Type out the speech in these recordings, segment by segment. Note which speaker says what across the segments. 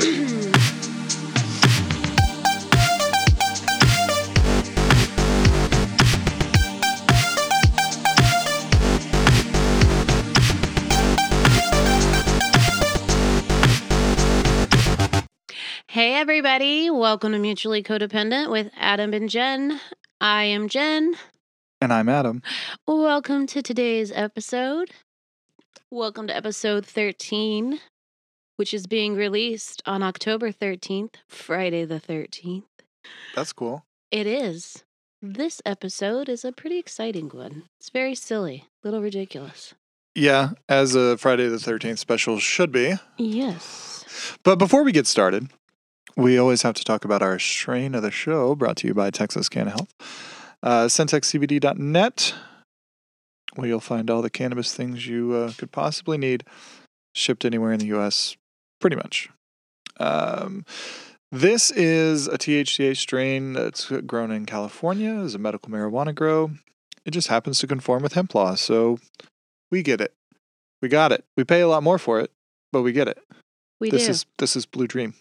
Speaker 1: Hey, everybody. Welcome to Mutually Codependent with Adam and Jen. I am Jen.
Speaker 2: And I'm Adam.
Speaker 1: Welcome to today's episode. Welcome to episode 13, which is being released on October 13th, Friday the 13th.
Speaker 2: That's cool.
Speaker 1: It is. This episode is a pretty exciting one. It's very silly, a little ridiculous.
Speaker 2: Yeah, as a Friday the 13th special should be.
Speaker 1: Yes.
Speaker 2: But before we get started, we always have to talk about our strain of the show brought to you by Texas Can Health. Uh, CentexCBD.net, where you'll find all the cannabis things you uh, could possibly need shipped anywhere in the U.S., pretty much. Um, this is a THCA strain that's grown in California as a medical marijuana grow. It just happens to conform with hemp law, so we get it. We got it. We pay a lot more for it, but we get it
Speaker 1: We
Speaker 2: this
Speaker 1: do.
Speaker 2: is this is Blue Dream.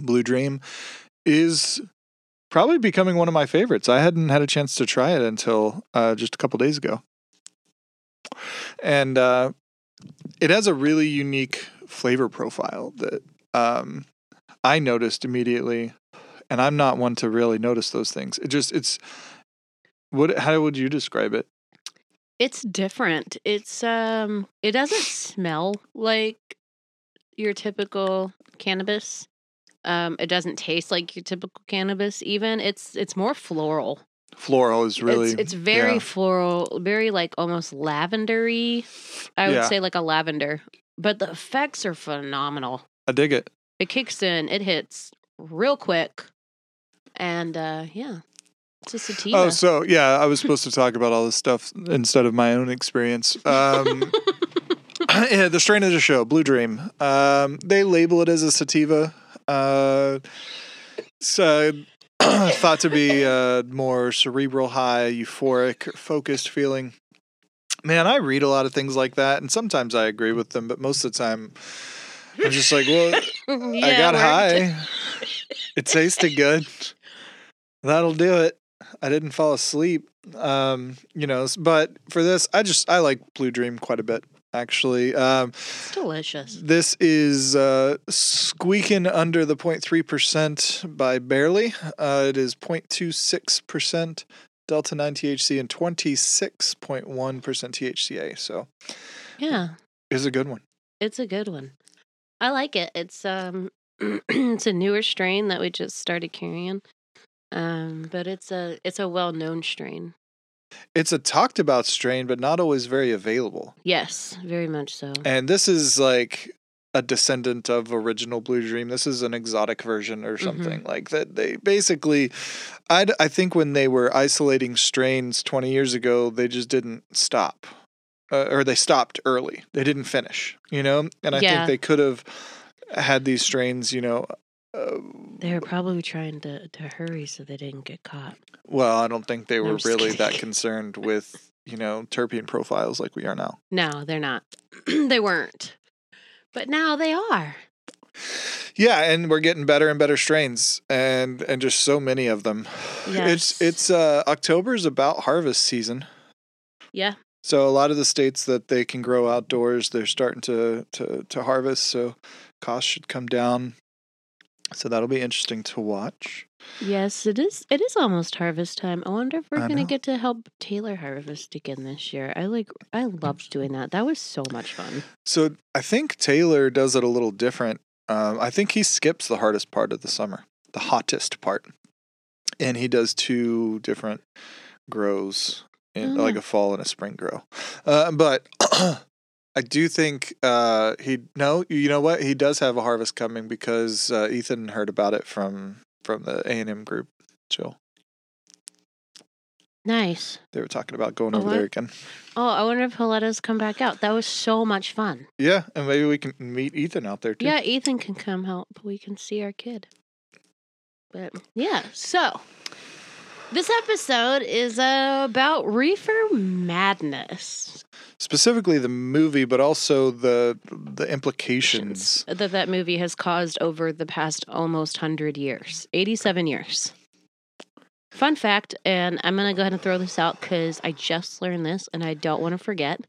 Speaker 2: Blue Dream is probably becoming one of my favorites. I hadn't had a chance to try it until uh, just a couple days ago, and uh, it has a really unique flavor profile that um, I noticed immediately. And I'm not one to really notice those things. It just it's what how would you describe it?
Speaker 1: It's different. It's um it doesn't smell like your typical cannabis. Um it doesn't taste like your typical cannabis even. It's it's more floral.
Speaker 2: Floral is really
Speaker 1: it's, it's very
Speaker 2: yeah.
Speaker 1: floral, very like almost lavendery. I would
Speaker 2: Yeah.
Speaker 1: say like a lavender. But the effects are phenomenal.
Speaker 2: I dig it.
Speaker 1: It kicks in, it hits real quick. And uh yeah. It's a sativa.
Speaker 2: Oh, so yeah, I was supposed to talk about all this stuff instead of my own experience. Um, yeah, the strain of the show, Blue Dream. Um, they label it as a sativa. Uh, so thought to be uh, more cerebral, high, euphoric, focused feeling. Man, I read a lot of things like that, and sometimes I agree with them, but most of the time, I'm just like, well, I
Speaker 1: Yeah,
Speaker 2: got
Speaker 1: we're-
Speaker 2: high. it tasted good. That'll do it. I didn't fall asleep. Um, you know, s- but for this, I just I like Blue Dream quite a bit actually. Um,
Speaker 1: It's delicious.
Speaker 2: this is uh, squeaking under the 0.3% by barely. Uh, it is 0.26% delta 9 THC and 26.1% THCA. So,
Speaker 1: Yeah.
Speaker 2: it's a good one.
Speaker 1: It's a good one. I like it. It's um it's a newer strain that we just started carrying. Um but it's a it's a well-known strain.
Speaker 2: It's a talked about strain but not always very available.
Speaker 1: Yes, very much so.
Speaker 2: And this is like a descendant of original Blue Dream. This is an exotic version
Speaker 1: Mm-hmm.
Speaker 2: or something like that. They basically, I I think when they were isolating strains twenty years ago, they just didn't stop, uh, or they stopped early. They didn't finish, you know. And I
Speaker 1: Yeah.
Speaker 2: think they could have had these strains, you know. Uh,
Speaker 1: They were probably trying to to hurry so they didn't get caught.
Speaker 2: well, I don't think they
Speaker 1: I'm
Speaker 2: were
Speaker 1: just
Speaker 2: really
Speaker 1: kidding.
Speaker 2: that concerned with you know terpene profiles like we are now.
Speaker 1: No, they're not. they weren't. But now they are.
Speaker 2: Yeah, and we're getting better and better strains, and and just so many of them.
Speaker 1: Yes.
Speaker 2: It's it's uh, October is about harvest season,
Speaker 1: Yeah.
Speaker 2: so a lot of the states that they can grow outdoors, they're starting to to to harvest, so costs should come down. So that'll be interesting to watch.
Speaker 1: Yes, it is it is almost harvest time. I wonder if we're
Speaker 2: I
Speaker 1: going to
Speaker 2: know.
Speaker 1: get to help Taylor harvest again this year. I like I loved doing that. That was so much fun.
Speaker 2: So I think Taylor does it a little different. Um, I think he skips the hardest part of the summer, the hottest part, and he does two different grows, in,
Speaker 1: Oh.
Speaker 2: like a fall and a spring grow. Uh, but I do think uh, he no, you know what? He does have a harvest coming because uh, Ethan heard about it from from the A and M group. Jill,
Speaker 1: Nice.
Speaker 2: they were talking about going
Speaker 1: Oh,
Speaker 2: over there
Speaker 1: what?
Speaker 2: again.
Speaker 1: Oh, I wonder if he'll let us come back out. That was so much fun.
Speaker 2: Yeah, and maybe we can meet Ethan out there too.
Speaker 1: Yeah, Ethan can come help. We can see our kid. But yeah, so this episode is uh, about reefer madness.
Speaker 2: specifically the movie, but also the the implications.
Speaker 1: That that movie has caused over the past almost 100 years, 87 years. Fun fact, and I'm going to go ahead and throw this out because I just learned this and I don't want to forget.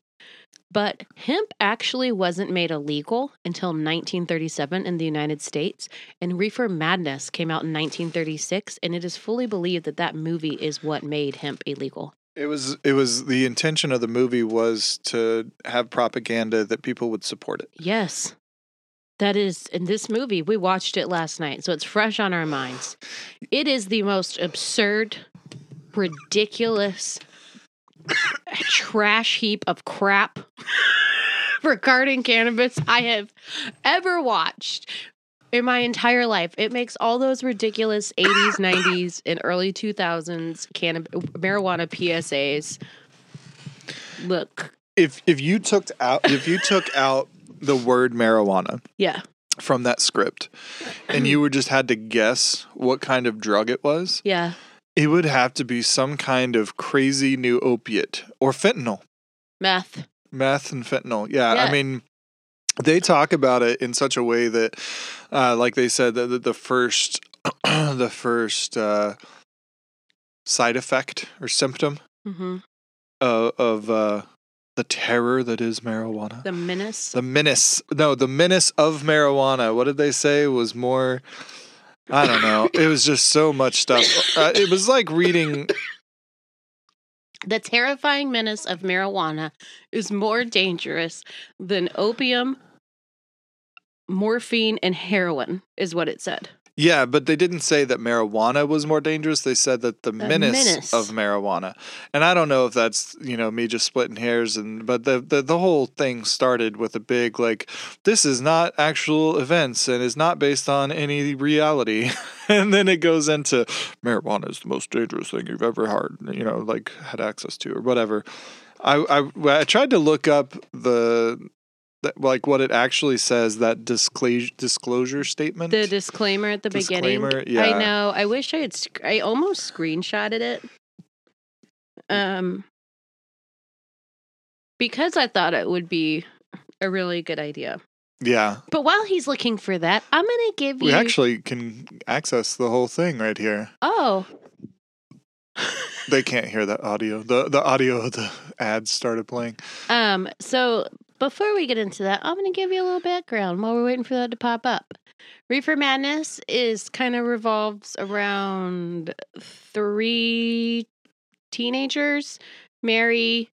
Speaker 1: But hemp actually wasn't made illegal until 1937 in the United States, and Reefer Madness came out in 1936, and it is fully believed that that movie is what made hemp illegal.
Speaker 2: It was it was the intention of the movie was to have propaganda that people would support it.
Speaker 1: Yes. That is in this movie. We watched it last night, so it's fresh on our minds. It is the most absurd, ridiculous trash heap of crap regarding cannabis I have ever watched in my entire life. It makes all those ridiculous 80s, 90s, and early 2000s cannab- marijuana PSAs look.
Speaker 2: If if you took out if you took out the word marijuana
Speaker 1: Yeah.
Speaker 2: from that script and you were just had to guess what kind of drug it was,
Speaker 1: Yeah.
Speaker 2: it would have to be some kind of crazy new opiate or fentanyl.
Speaker 1: Meth.
Speaker 2: Meth and fentanyl. Yeah, I
Speaker 1: Yeah.
Speaker 2: mean, they talk about it in such a way that, uh, like they said, that the, the first, the first uh, side effect or symptom
Speaker 1: Mm-hmm.
Speaker 2: of, of uh, the terror that is marijuana.
Speaker 1: The menace.
Speaker 2: The menace. No, the menace of marijuana. What did they say was more? I don't know. It was just so much stuff. Uh, it was like reading.
Speaker 1: The terrifying menace of marijuana is more dangerous than opium, morphine, and heroin, is what it said.
Speaker 2: Yeah, but they didn't say that marijuana was more dangerous. They said that the menace,
Speaker 1: menace.
Speaker 2: of marijuana. And I don't know if that's you know me just splitting hairs and but the, the the whole thing started with a big like this is not actual events and is not based on any reality. and then it goes into marijuana is the most dangerous thing you've ever heard you know like had access to or whatever. I I, I tried to look up the. that- Like what it actually says, that disclosure disclosure statement.
Speaker 1: The disclaimer at the
Speaker 2: Disclaimer,
Speaker 1: beginning.
Speaker 2: yeah.
Speaker 1: I know. I wish I had. Sc- I almost screenshotted it. Um, because I thought it would be a really good idea.
Speaker 2: yeah,
Speaker 1: But while he's looking for that, I'm gonna give
Speaker 2: We
Speaker 1: you.
Speaker 2: actually can access the whole thing right here.
Speaker 1: oh,
Speaker 2: They can't hear that audio. The the audio of the ads started playing.
Speaker 1: Um, so before we get into that, I'm going to give you a little background while we're waiting for that to pop up. Reefer Madness is kind of revolves around three teenagers, Mary,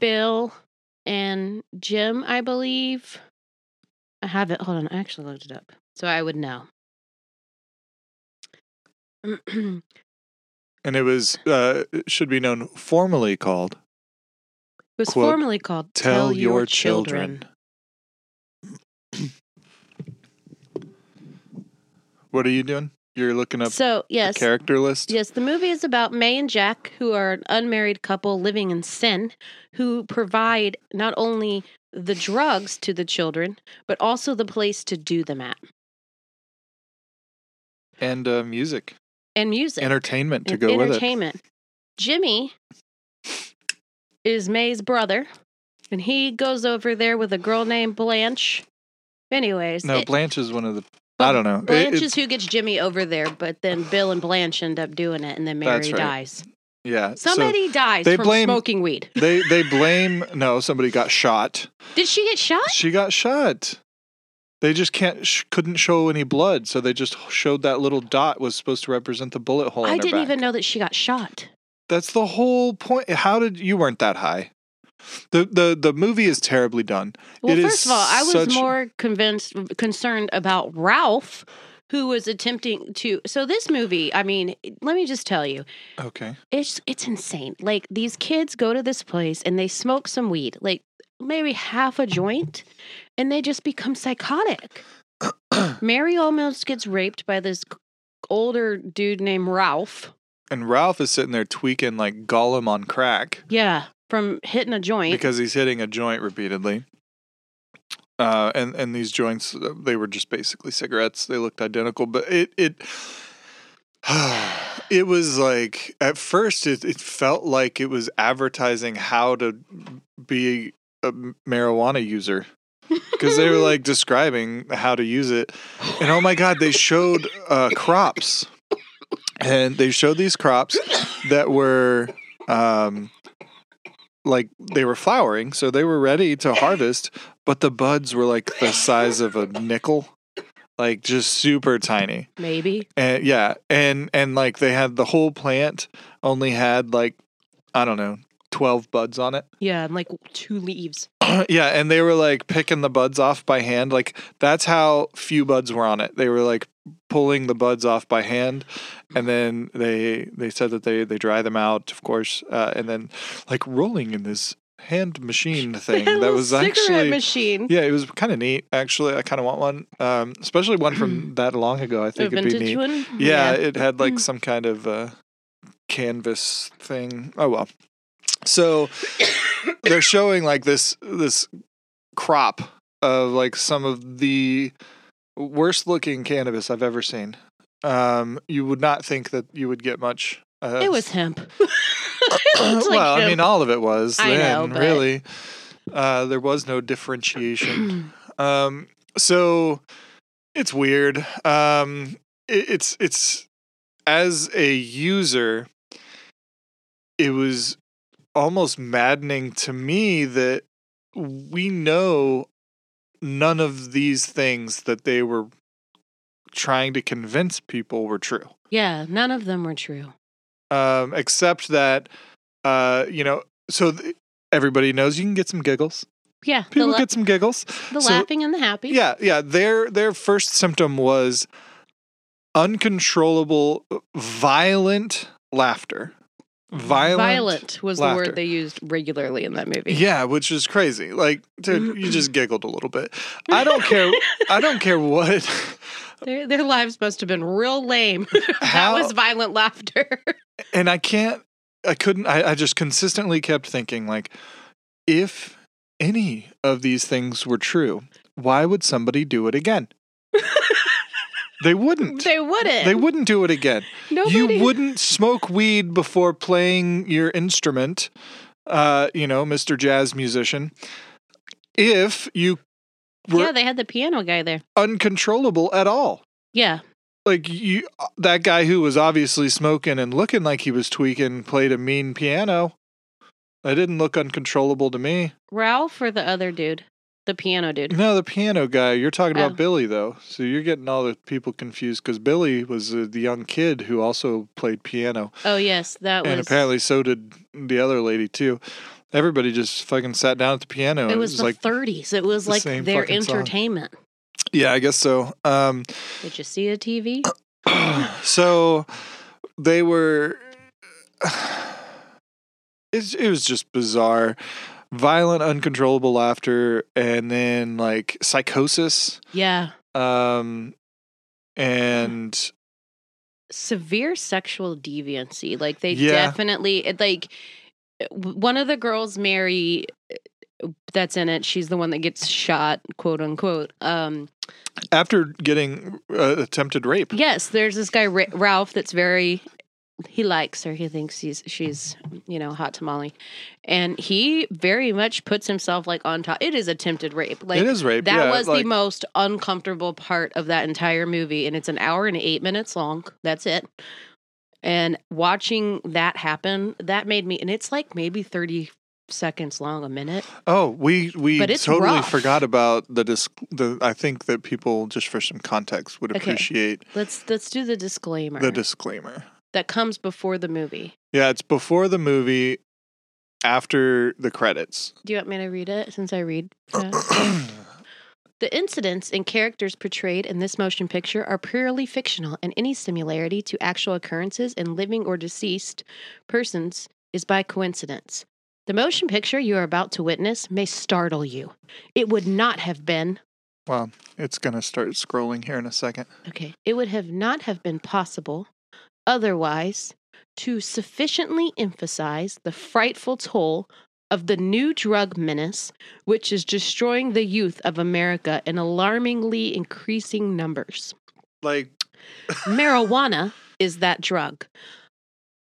Speaker 1: Bill, and Jim, I believe. I have it. Hold on, I actually looked it up, so I would know.
Speaker 2: And it was uh it should be known formally called
Speaker 1: was
Speaker 2: Quote,
Speaker 1: formerly called
Speaker 2: Tell, Your, children. what are you doing? You're looking up
Speaker 1: So, yes,
Speaker 2: the character list?
Speaker 1: Yes, the movie is about May and Jack, who are an unmarried couple living in sin, who provide not only the drugs to the children, but also the place to do them at
Speaker 2: And uh, music.
Speaker 1: and music,
Speaker 2: Entertainment to
Speaker 1: and
Speaker 2: go with it.
Speaker 1: entertainment. Jimmy is May's brother, and he goes over there with a girl named Blanche. Anyways,
Speaker 2: No,
Speaker 1: it-
Speaker 2: Blanche is one of the
Speaker 1: Well,
Speaker 2: I don't know. It-
Speaker 1: Blanche
Speaker 2: it's-
Speaker 1: is who gets Jimmy over there, but then Bill and Blanche end up doing it, and then Mary
Speaker 2: That's right.
Speaker 1: dies.
Speaker 2: yeah. so
Speaker 1: Somebody dies
Speaker 2: they
Speaker 1: from
Speaker 2: blame-
Speaker 1: smoking weed.
Speaker 2: they they blame no, somebody got shot.
Speaker 1: Did she get shot?
Speaker 2: She got shot. They just can't sh- couldn't show any blood, so they just showed that little dot was supposed to represent the bullet hole. in
Speaker 1: I
Speaker 2: her
Speaker 1: didn't
Speaker 2: back.
Speaker 1: even know that she got shot.
Speaker 2: That's the whole point. How did you weren't that high? The the the movie is terribly done.
Speaker 1: Well,
Speaker 2: It
Speaker 1: first
Speaker 2: is
Speaker 1: of all, I was
Speaker 2: such-
Speaker 1: more convinced, concerned about Ralph, who was attempting to. So this movie, I mean, let me just tell you,
Speaker 2: Okay.
Speaker 1: it's it's insane. Like these kids go to this place and they smoke some weed, like maybe half a joint, and they just become psychotic. Mary almost gets raped by this older dude named Ralph.
Speaker 2: And Ralph is sitting there tweaking like Gollum on crack
Speaker 1: Yeah, from hitting a joint.
Speaker 2: because he's hitting a joint repeatedly. Uh, and and these joints uh, they were just basically cigarettes. They looked identical, but it it it was like at first it, it felt like it was advertising how to be a marijuana user because they were like describing how to use it and oh my god they showed uh, crops and they showed these crops that were um, like they were flowering, so they were ready to harvest, but the buds were like the size of a nickel, like just super tiny.
Speaker 1: Maybe.
Speaker 2: And yeah, and and like they had the whole plant only had like I don't know, 12 buds on it.
Speaker 1: Yeah, and like two leaves.
Speaker 2: yeah, and they were like picking the buds off by hand. Like that's how few buds were on it. They were like pulling the buds off by hand, and then they they said that they they dry them out, of course, uh, and then like rolling in this hand machine thing
Speaker 1: That
Speaker 2: that was
Speaker 1: cigarette
Speaker 2: actually
Speaker 1: machine.
Speaker 2: yeah, it was kind of neat actually. I kind of want one, um, especially one from that long ago. I
Speaker 1: The
Speaker 2: think it'd be
Speaker 1: vintage
Speaker 2: neat.
Speaker 1: one.
Speaker 2: Yeah, it had like
Speaker 1: Mm.
Speaker 2: some kind of uh, canvas thing. Oh well. So they're showing like this this crop of like some of the worst looking cannabis I've ever seen. Um, you would not think that you would get much. Uh,
Speaker 1: It was hemp. It looked like
Speaker 2: well, I mean,
Speaker 1: hemp.
Speaker 2: all of it was
Speaker 1: I
Speaker 2: then.
Speaker 1: know, but-
Speaker 2: Really, uh, there was no differentiation. Um, so it's weird. Um, it, it's it's as a user, it was almost maddening to me that we know none of these things that they were trying to convince people were true
Speaker 1: yeah, none of them were true.
Speaker 2: um, except that uh, you know so th- everybody knows you can get some giggles
Speaker 1: Yeah, the,
Speaker 2: people
Speaker 1: la-
Speaker 2: get some giggles
Speaker 1: the
Speaker 2: so-
Speaker 1: laughing and the happy.
Speaker 2: yeah, yeah. Their their first symptom was uncontrollable, uh, violent laughter. Violent.
Speaker 1: Violent was the
Speaker 2: laughter.
Speaker 1: word they used regularly in that movie.
Speaker 2: Yeah, which is crazy. Like, dude,
Speaker 1: Mm-hmm.
Speaker 2: you just giggled a little bit. I don't care. I don't care what.
Speaker 1: Their, their lives must have been real lame.
Speaker 2: How-
Speaker 1: that was violent laughter.
Speaker 2: and I can't. I couldn't. I, I just consistently kept thinking, like, if any of these things were true, why would somebody do it again? they wouldn't.
Speaker 1: they wouldn't.
Speaker 2: They wouldn't do it again.
Speaker 1: Nobody.
Speaker 2: You wouldn't smoke weed before playing your instrument, uh, you know, Mr. Jazz musician, if you were
Speaker 1: Yeah, they had the piano guy there.
Speaker 2: uncontrollable at all.
Speaker 1: Yeah,
Speaker 2: Like you, that guy who was obviously smoking and looking like he was tweaking played a mean piano. That didn't look uncontrollable to me.
Speaker 1: Ralph or the other dude, the piano dude.
Speaker 2: No, the piano guy. You're talking about
Speaker 1: Oh.
Speaker 2: Billy though, so you're getting all the people confused because Billy was uh, the young kid who also played piano.
Speaker 1: Oh yes, that was.
Speaker 2: Mm-hmm. and apparently so did the other lady too. Everybody just fucking sat down at the piano. and
Speaker 1: it was the
Speaker 2: like,
Speaker 1: 30s. It was
Speaker 2: the
Speaker 1: like
Speaker 2: same
Speaker 1: their
Speaker 2: fucking song.
Speaker 1: entertainment.
Speaker 2: yeah, I guess so. Um,
Speaker 1: Did you see a TV?
Speaker 2: so they were. It's, it was just bizarre, violent, uncontrollable laughter, and then like psychosis,
Speaker 1: Yeah,
Speaker 2: um, and
Speaker 1: severe sexual deviancy. Like they
Speaker 2: Yeah.
Speaker 1: definitely it, like w- one of the girls, Mary, uh, that's in it. She's the one that gets shot, quote unquote. Um,
Speaker 2: after getting uh, attempted rape.
Speaker 1: yes, there's this guy Ra- Ralph that's very. He likes her. He thinks he's she's you know hot tamale, and he very much puts himself like on top. It is attempted rape. Like
Speaker 2: it is rape.
Speaker 1: That
Speaker 2: yeah,
Speaker 1: was
Speaker 2: like-
Speaker 1: the most uncomfortable part of that entire movie, and it's an hour and eight minutes long. That's it. And watching that happen, that made me, and it's like maybe thirty seconds long, a minute.
Speaker 2: Oh, we we
Speaker 1: But it's
Speaker 2: totally
Speaker 1: rough.
Speaker 2: forgot about the disc. The I think that people just for some context would
Speaker 1: Okay.
Speaker 2: appreciate
Speaker 1: Let's let's do the disclaimer
Speaker 2: the disclaimer.
Speaker 1: that comes before the movie.
Speaker 2: Yeah, it's before the movie, after the credits.
Speaker 1: Do you want me to read it since I read? fast? The incidents and characters portrayed in this motion picture are purely fictional, and any similarity to actual occurrences in living or deceased persons is by coincidence. The motion picture you are about to witness may startle you. It would not have been
Speaker 2: well, it's gonna start scrolling here in a second.
Speaker 1: okay. It would have not have been possible otherwise to sufficiently emphasize the frightful toll of the new drug menace which is destroying the youth of America in alarmingly increasing numbers.
Speaker 2: Like
Speaker 1: Marijuana is that drug,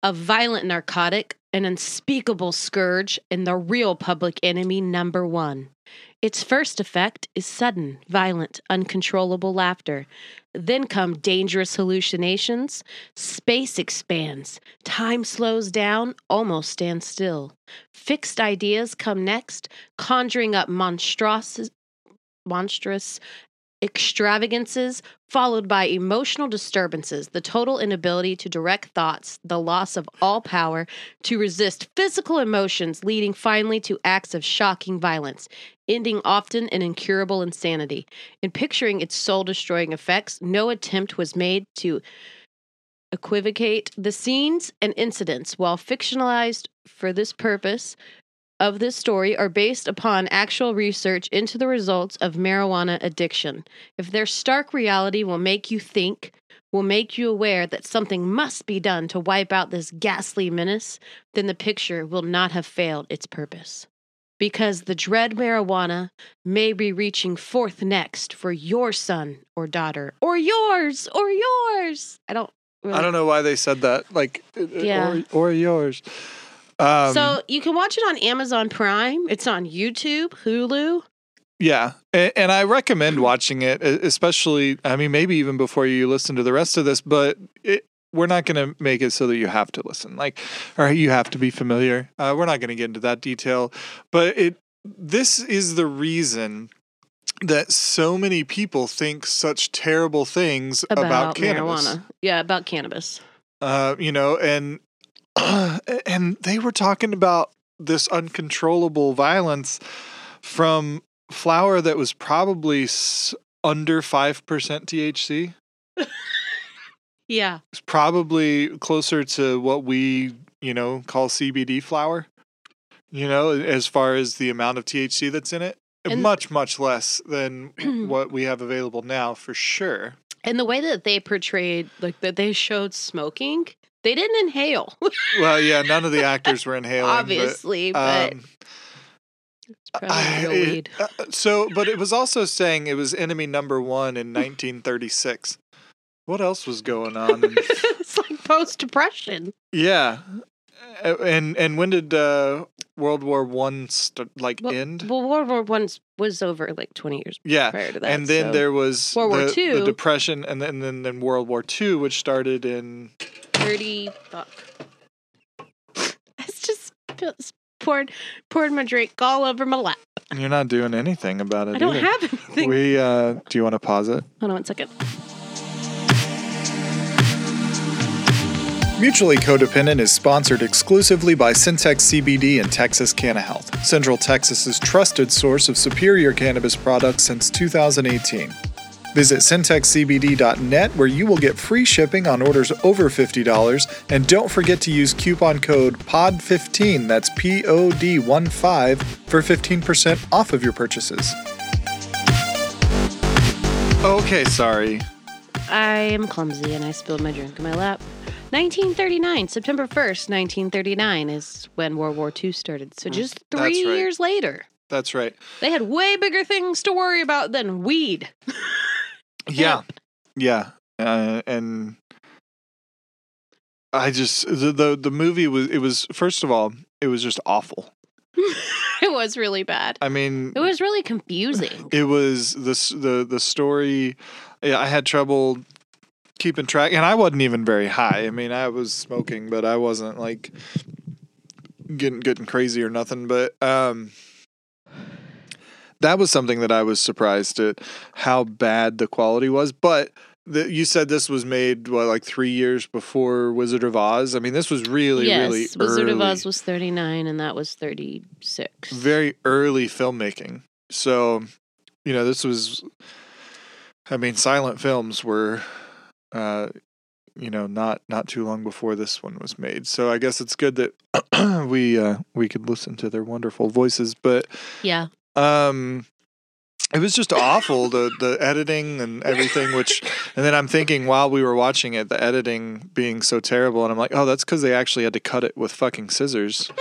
Speaker 1: a violent narcotic, an unspeakable scourge, and the real public enemy number one. Its first effect is sudden, violent, uncontrollable laughter. Then come dangerous hallucinations. Space expands. Time slows down, almost stands still. Fixed ideas come next, conjuring up monstrous, monstrous extravagances, followed by emotional disturbances, the total inability to direct thoughts, the loss of all power to resist physical emotions, leading finally to acts of shocking violence, ending often in incurable insanity. In picturing its soul destroying effects, no attempt was made to equivocate the scenes and incidents, while fictionalized for this purpose of this story are based upon actual research into the results of marijuana addiction. If their stark reality will make you think, will make you aware that something must be done to wipe out this ghastly menace, then the picture will not have failed its purpose. Because the dread marijuana may be reaching forth next for your son or daughter, or yours, or yours. I don't. Really
Speaker 2: I don't know why they said that. Like, uh,
Speaker 1: Yeah.
Speaker 2: or, or yours. Um,
Speaker 1: so you can watch it on Amazon Prime. It's on YouTube, Hulu.
Speaker 2: Yeah. And, and I recommend watching it, e- especially, I mean, maybe even before you listen to the rest of this, but it, we're not going to make it so that you have to listen. Like, or you have to be familiar. Uh, we're not going to get into that detail, but it, this is the reason that so many people think such terrible things about, cannabis.
Speaker 1: Yeah, about cannabis.
Speaker 2: Uh, you know, and and they were talking about this uncontrollable violence from flour that was probably s- under 5% THC. It
Speaker 1: Yeah.
Speaker 2: was probably closer to what we, you know, call CBD flour, you know, as far as the amount of THC that's in it.
Speaker 1: And-
Speaker 2: much, much less than what we have available now for sure.
Speaker 1: And the way that they portrayed, like that they showed smoking, they didn't inhale,
Speaker 2: Well, yeah, none of the actors were inhaling. but,
Speaker 1: obviously, but,
Speaker 2: um,
Speaker 1: it's probably
Speaker 2: I-
Speaker 1: real
Speaker 2: it-
Speaker 1: weed.
Speaker 2: uh, so, but it was also saying it was enemy number one in 1936. What else was going on? in-
Speaker 1: it's like post depression.
Speaker 2: yeah, Uh, and and when did uh, World War One st- like
Speaker 1: Well-
Speaker 2: end?
Speaker 1: Well, World War One was over like 20 years
Speaker 2: Yeah,
Speaker 1: prior to that.
Speaker 2: and then
Speaker 1: so-
Speaker 2: there was
Speaker 1: World War
Speaker 2: the, the
Speaker 1: Two.
Speaker 2: Depression, and then, then then World War Two, which started in
Speaker 1: 30 fuck. I just spilled- poured poured my drink all over my lap.
Speaker 2: you're not doing anything about it.
Speaker 1: I don't
Speaker 2: either.
Speaker 1: have anything.
Speaker 2: We uh, do you want to pause it?
Speaker 1: Hold on one second.
Speaker 2: Mutually Codependent is sponsored exclusively by Syntex CBD and Texas Canna Health, Central Texas's trusted source of superior cannabis products since 2018. Visit syntexcbd.net where you will get free shipping on orders over $50 and don't forget to use coupon code POD15 that's P O D 15 for 15% off of your purchases. Okay, sorry.
Speaker 1: I am clumsy and I spilled my drink in my lap. 1939, September 1st, 1939 is when World War II started. So just
Speaker 2: Mm, that's
Speaker 1: three
Speaker 2: right.
Speaker 1: years later,
Speaker 2: That's right.
Speaker 1: they had way bigger things to worry about than weed.
Speaker 2: Yeah.
Speaker 1: Hemp.
Speaker 2: Yeah. Uh, and I just the, the the movie was it was first of all it was just awful.
Speaker 1: It was really bad.
Speaker 2: I mean
Speaker 1: It was really confusing.
Speaker 2: it was the s- the the story yeah, I had trouble keeping track and I wasn't even very high. I mean I was smoking but I wasn't like getting getting crazy or nothing but um that was something that I was surprised at how bad the quality was but the, you said this was made what like 3 years before Wizard of Oz. I mean this was really
Speaker 1: yes,
Speaker 2: really
Speaker 1: Wizard of
Speaker 2: early
Speaker 1: Oz was 39 and that was 36.
Speaker 2: very early filmmaking. So, you know, this was, I mean, silent films were, uh, you know, not not too long before this one was made. So I guess it's good that we uh, we could listen to their wonderful voices. But
Speaker 1: yeah.
Speaker 2: um, it was just awful the the editing and everything. Which and then I'm thinking while we were watching it, the editing being so terrible, and I'm like, oh, that's because they actually had to cut it with fucking scissors.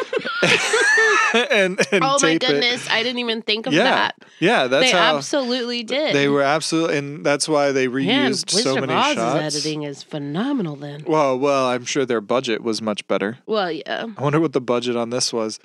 Speaker 2: and, and
Speaker 1: oh my
Speaker 2: tape it.
Speaker 1: goodness, I didn't even think of
Speaker 2: Yeah,
Speaker 1: that.
Speaker 2: Yeah, that's
Speaker 1: they
Speaker 2: how
Speaker 1: absolutely did.
Speaker 2: they were absolutely, and that's why they
Speaker 1: Man,
Speaker 2: reused
Speaker 1: Wizard
Speaker 2: so
Speaker 1: of
Speaker 2: many
Speaker 1: Oz's
Speaker 2: shots.
Speaker 1: editing is phenomenal. Then,
Speaker 2: Well, well, I'm sure their budget was much better.
Speaker 1: well, yeah,
Speaker 2: I wonder what the budget on this was.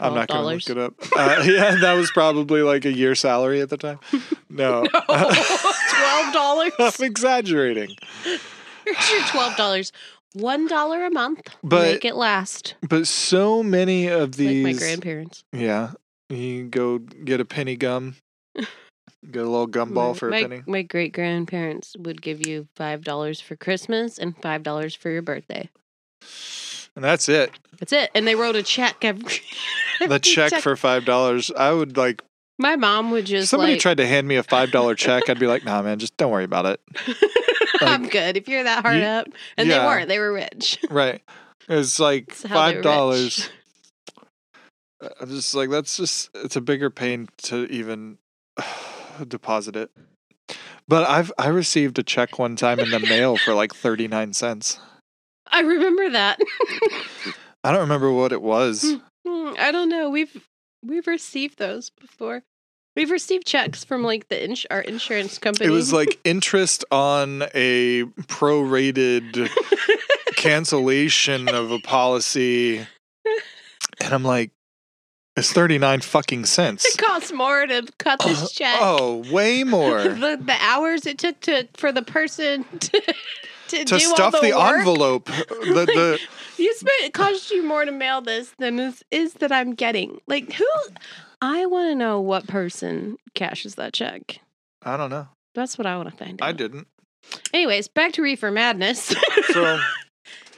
Speaker 2: i am not going to
Speaker 1: $12.
Speaker 2: look it up. Uh, yeah, that was probably like a year salary at the time. No,
Speaker 1: Oh, twelve
Speaker 2: I'm
Speaker 1: dollars.
Speaker 2: exaggerating.
Speaker 1: Here's your twelve dollars. One dollar a month.
Speaker 2: But-
Speaker 1: make it last.
Speaker 2: But so many of these,
Speaker 1: Like my grandparents.
Speaker 2: yeah, you go get a penny gum, get a little gumball
Speaker 1: my,
Speaker 2: for a
Speaker 1: my,
Speaker 2: penny.
Speaker 1: My great grandparents would give you five dollars for Christmas and five dollars for your birthday.
Speaker 2: And that's it.
Speaker 1: That's it. And they wrote a check every.
Speaker 2: The
Speaker 1: every
Speaker 2: check for five dollars. I would like
Speaker 1: My mom would just
Speaker 2: somebody
Speaker 1: like,
Speaker 2: tried to hand me a five dollar check. I'd be like, nah, man, just don't worry about it.
Speaker 1: I'm good. If you're that hard
Speaker 2: You-
Speaker 1: up, and
Speaker 2: yeah.
Speaker 1: they weren't. They were rich.
Speaker 2: Right. It's like
Speaker 1: That's how they
Speaker 2: five
Speaker 1: were
Speaker 2: dollars. I'm just like that's just it's a bigger pain to even deposit it. But I've I received a check one time in the mail for like 39 cents.
Speaker 1: I remember that.
Speaker 2: I don't remember what it was.
Speaker 1: Hmm. Hmm, I don't know. We've we've received those before. We've received checks from like the ins- our insurance company.
Speaker 2: It was like interest on a prorated cancellation of a policy. And I'm like it's 39 fucking
Speaker 1: it
Speaker 2: cents.
Speaker 1: costs more to cut this check.
Speaker 2: Oh, way more.
Speaker 1: the, the hours it took to for the person to to,
Speaker 2: to
Speaker 1: do
Speaker 2: stuff
Speaker 1: all
Speaker 2: the,
Speaker 1: the, work.
Speaker 2: envelope. The, the,
Speaker 1: You spent it cost you more to mail this than this is that I'm getting. Like who? I want to know what person cashes that check.
Speaker 2: I don't know.
Speaker 1: That's what I want to find out.
Speaker 2: I didn't.
Speaker 1: Anyways, back to Reefer Madness.
Speaker 2: So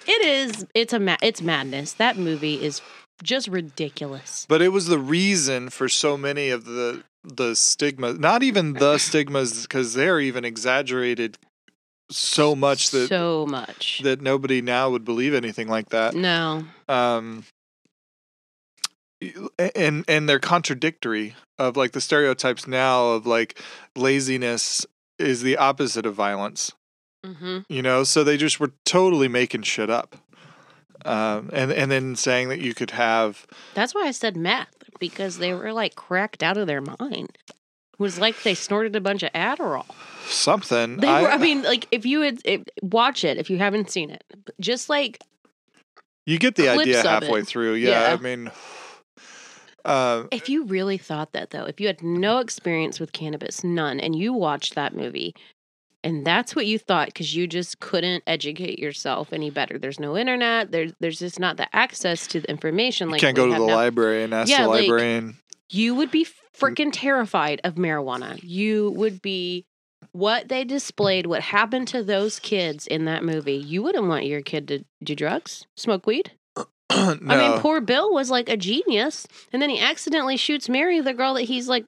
Speaker 1: it is. It's a. Ma- it's madness. That movie is just ridiculous.
Speaker 2: But it was the reason for so many of the the stigma. Not even the stigmas, because they're even exaggerated so much that
Speaker 1: so much.
Speaker 2: that nobody now would believe anything like that.
Speaker 1: no.
Speaker 2: Um, and and they're contradictory of like the stereotypes now of like laziness is the opposite of violence.
Speaker 1: Mm-hmm.
Speaker 2: you know so they just were totally making shit up um, and and then saying that you could have
Speaker 1: That's why I said meth because they were like cracked out of their mind. It was like they snorted a bunch of Adderall.
Speaker 2: something
Speaker 1: They were. I mean, like if you had if, watch it if you haven't seen it, just like
Speaker 2: you get the idea
Speaker 1: clips of
Speaker 2: halfway
Speaker 1: it.
Speaker 2: through yeah,
Speaker 1: Yeah.
Speaker 2: i mean um,
Speaker 1: if you really thought that though, if you had no experience with cannabis, none, and you watched that movie. And that's what you thought because you just couldn't educate yourself any better. There's no internet. There's there's just not the access to the information. Like
Speaker 2: you can't
Speaker 1: we
Speaker 2: go to
Speaker 1: have
Speaker 2: the mm.
Speaker 1: now.
Speaker 2: library and ask
Speaker 1: Yeah,
Speaker 2: the
Speaker 1: like-
Speaker 2: librarian
Speaker 1: You would be freaking terrified of marijuana. You would be what they displayed, what happened to those kids in that movie. You wouldn't want your kid to do drugs, smoke weed.
Speaker 2: no
Speaker 1: I mean, poor Bill was like a genius, and then he accidentally shoots Mary, the girl that he's like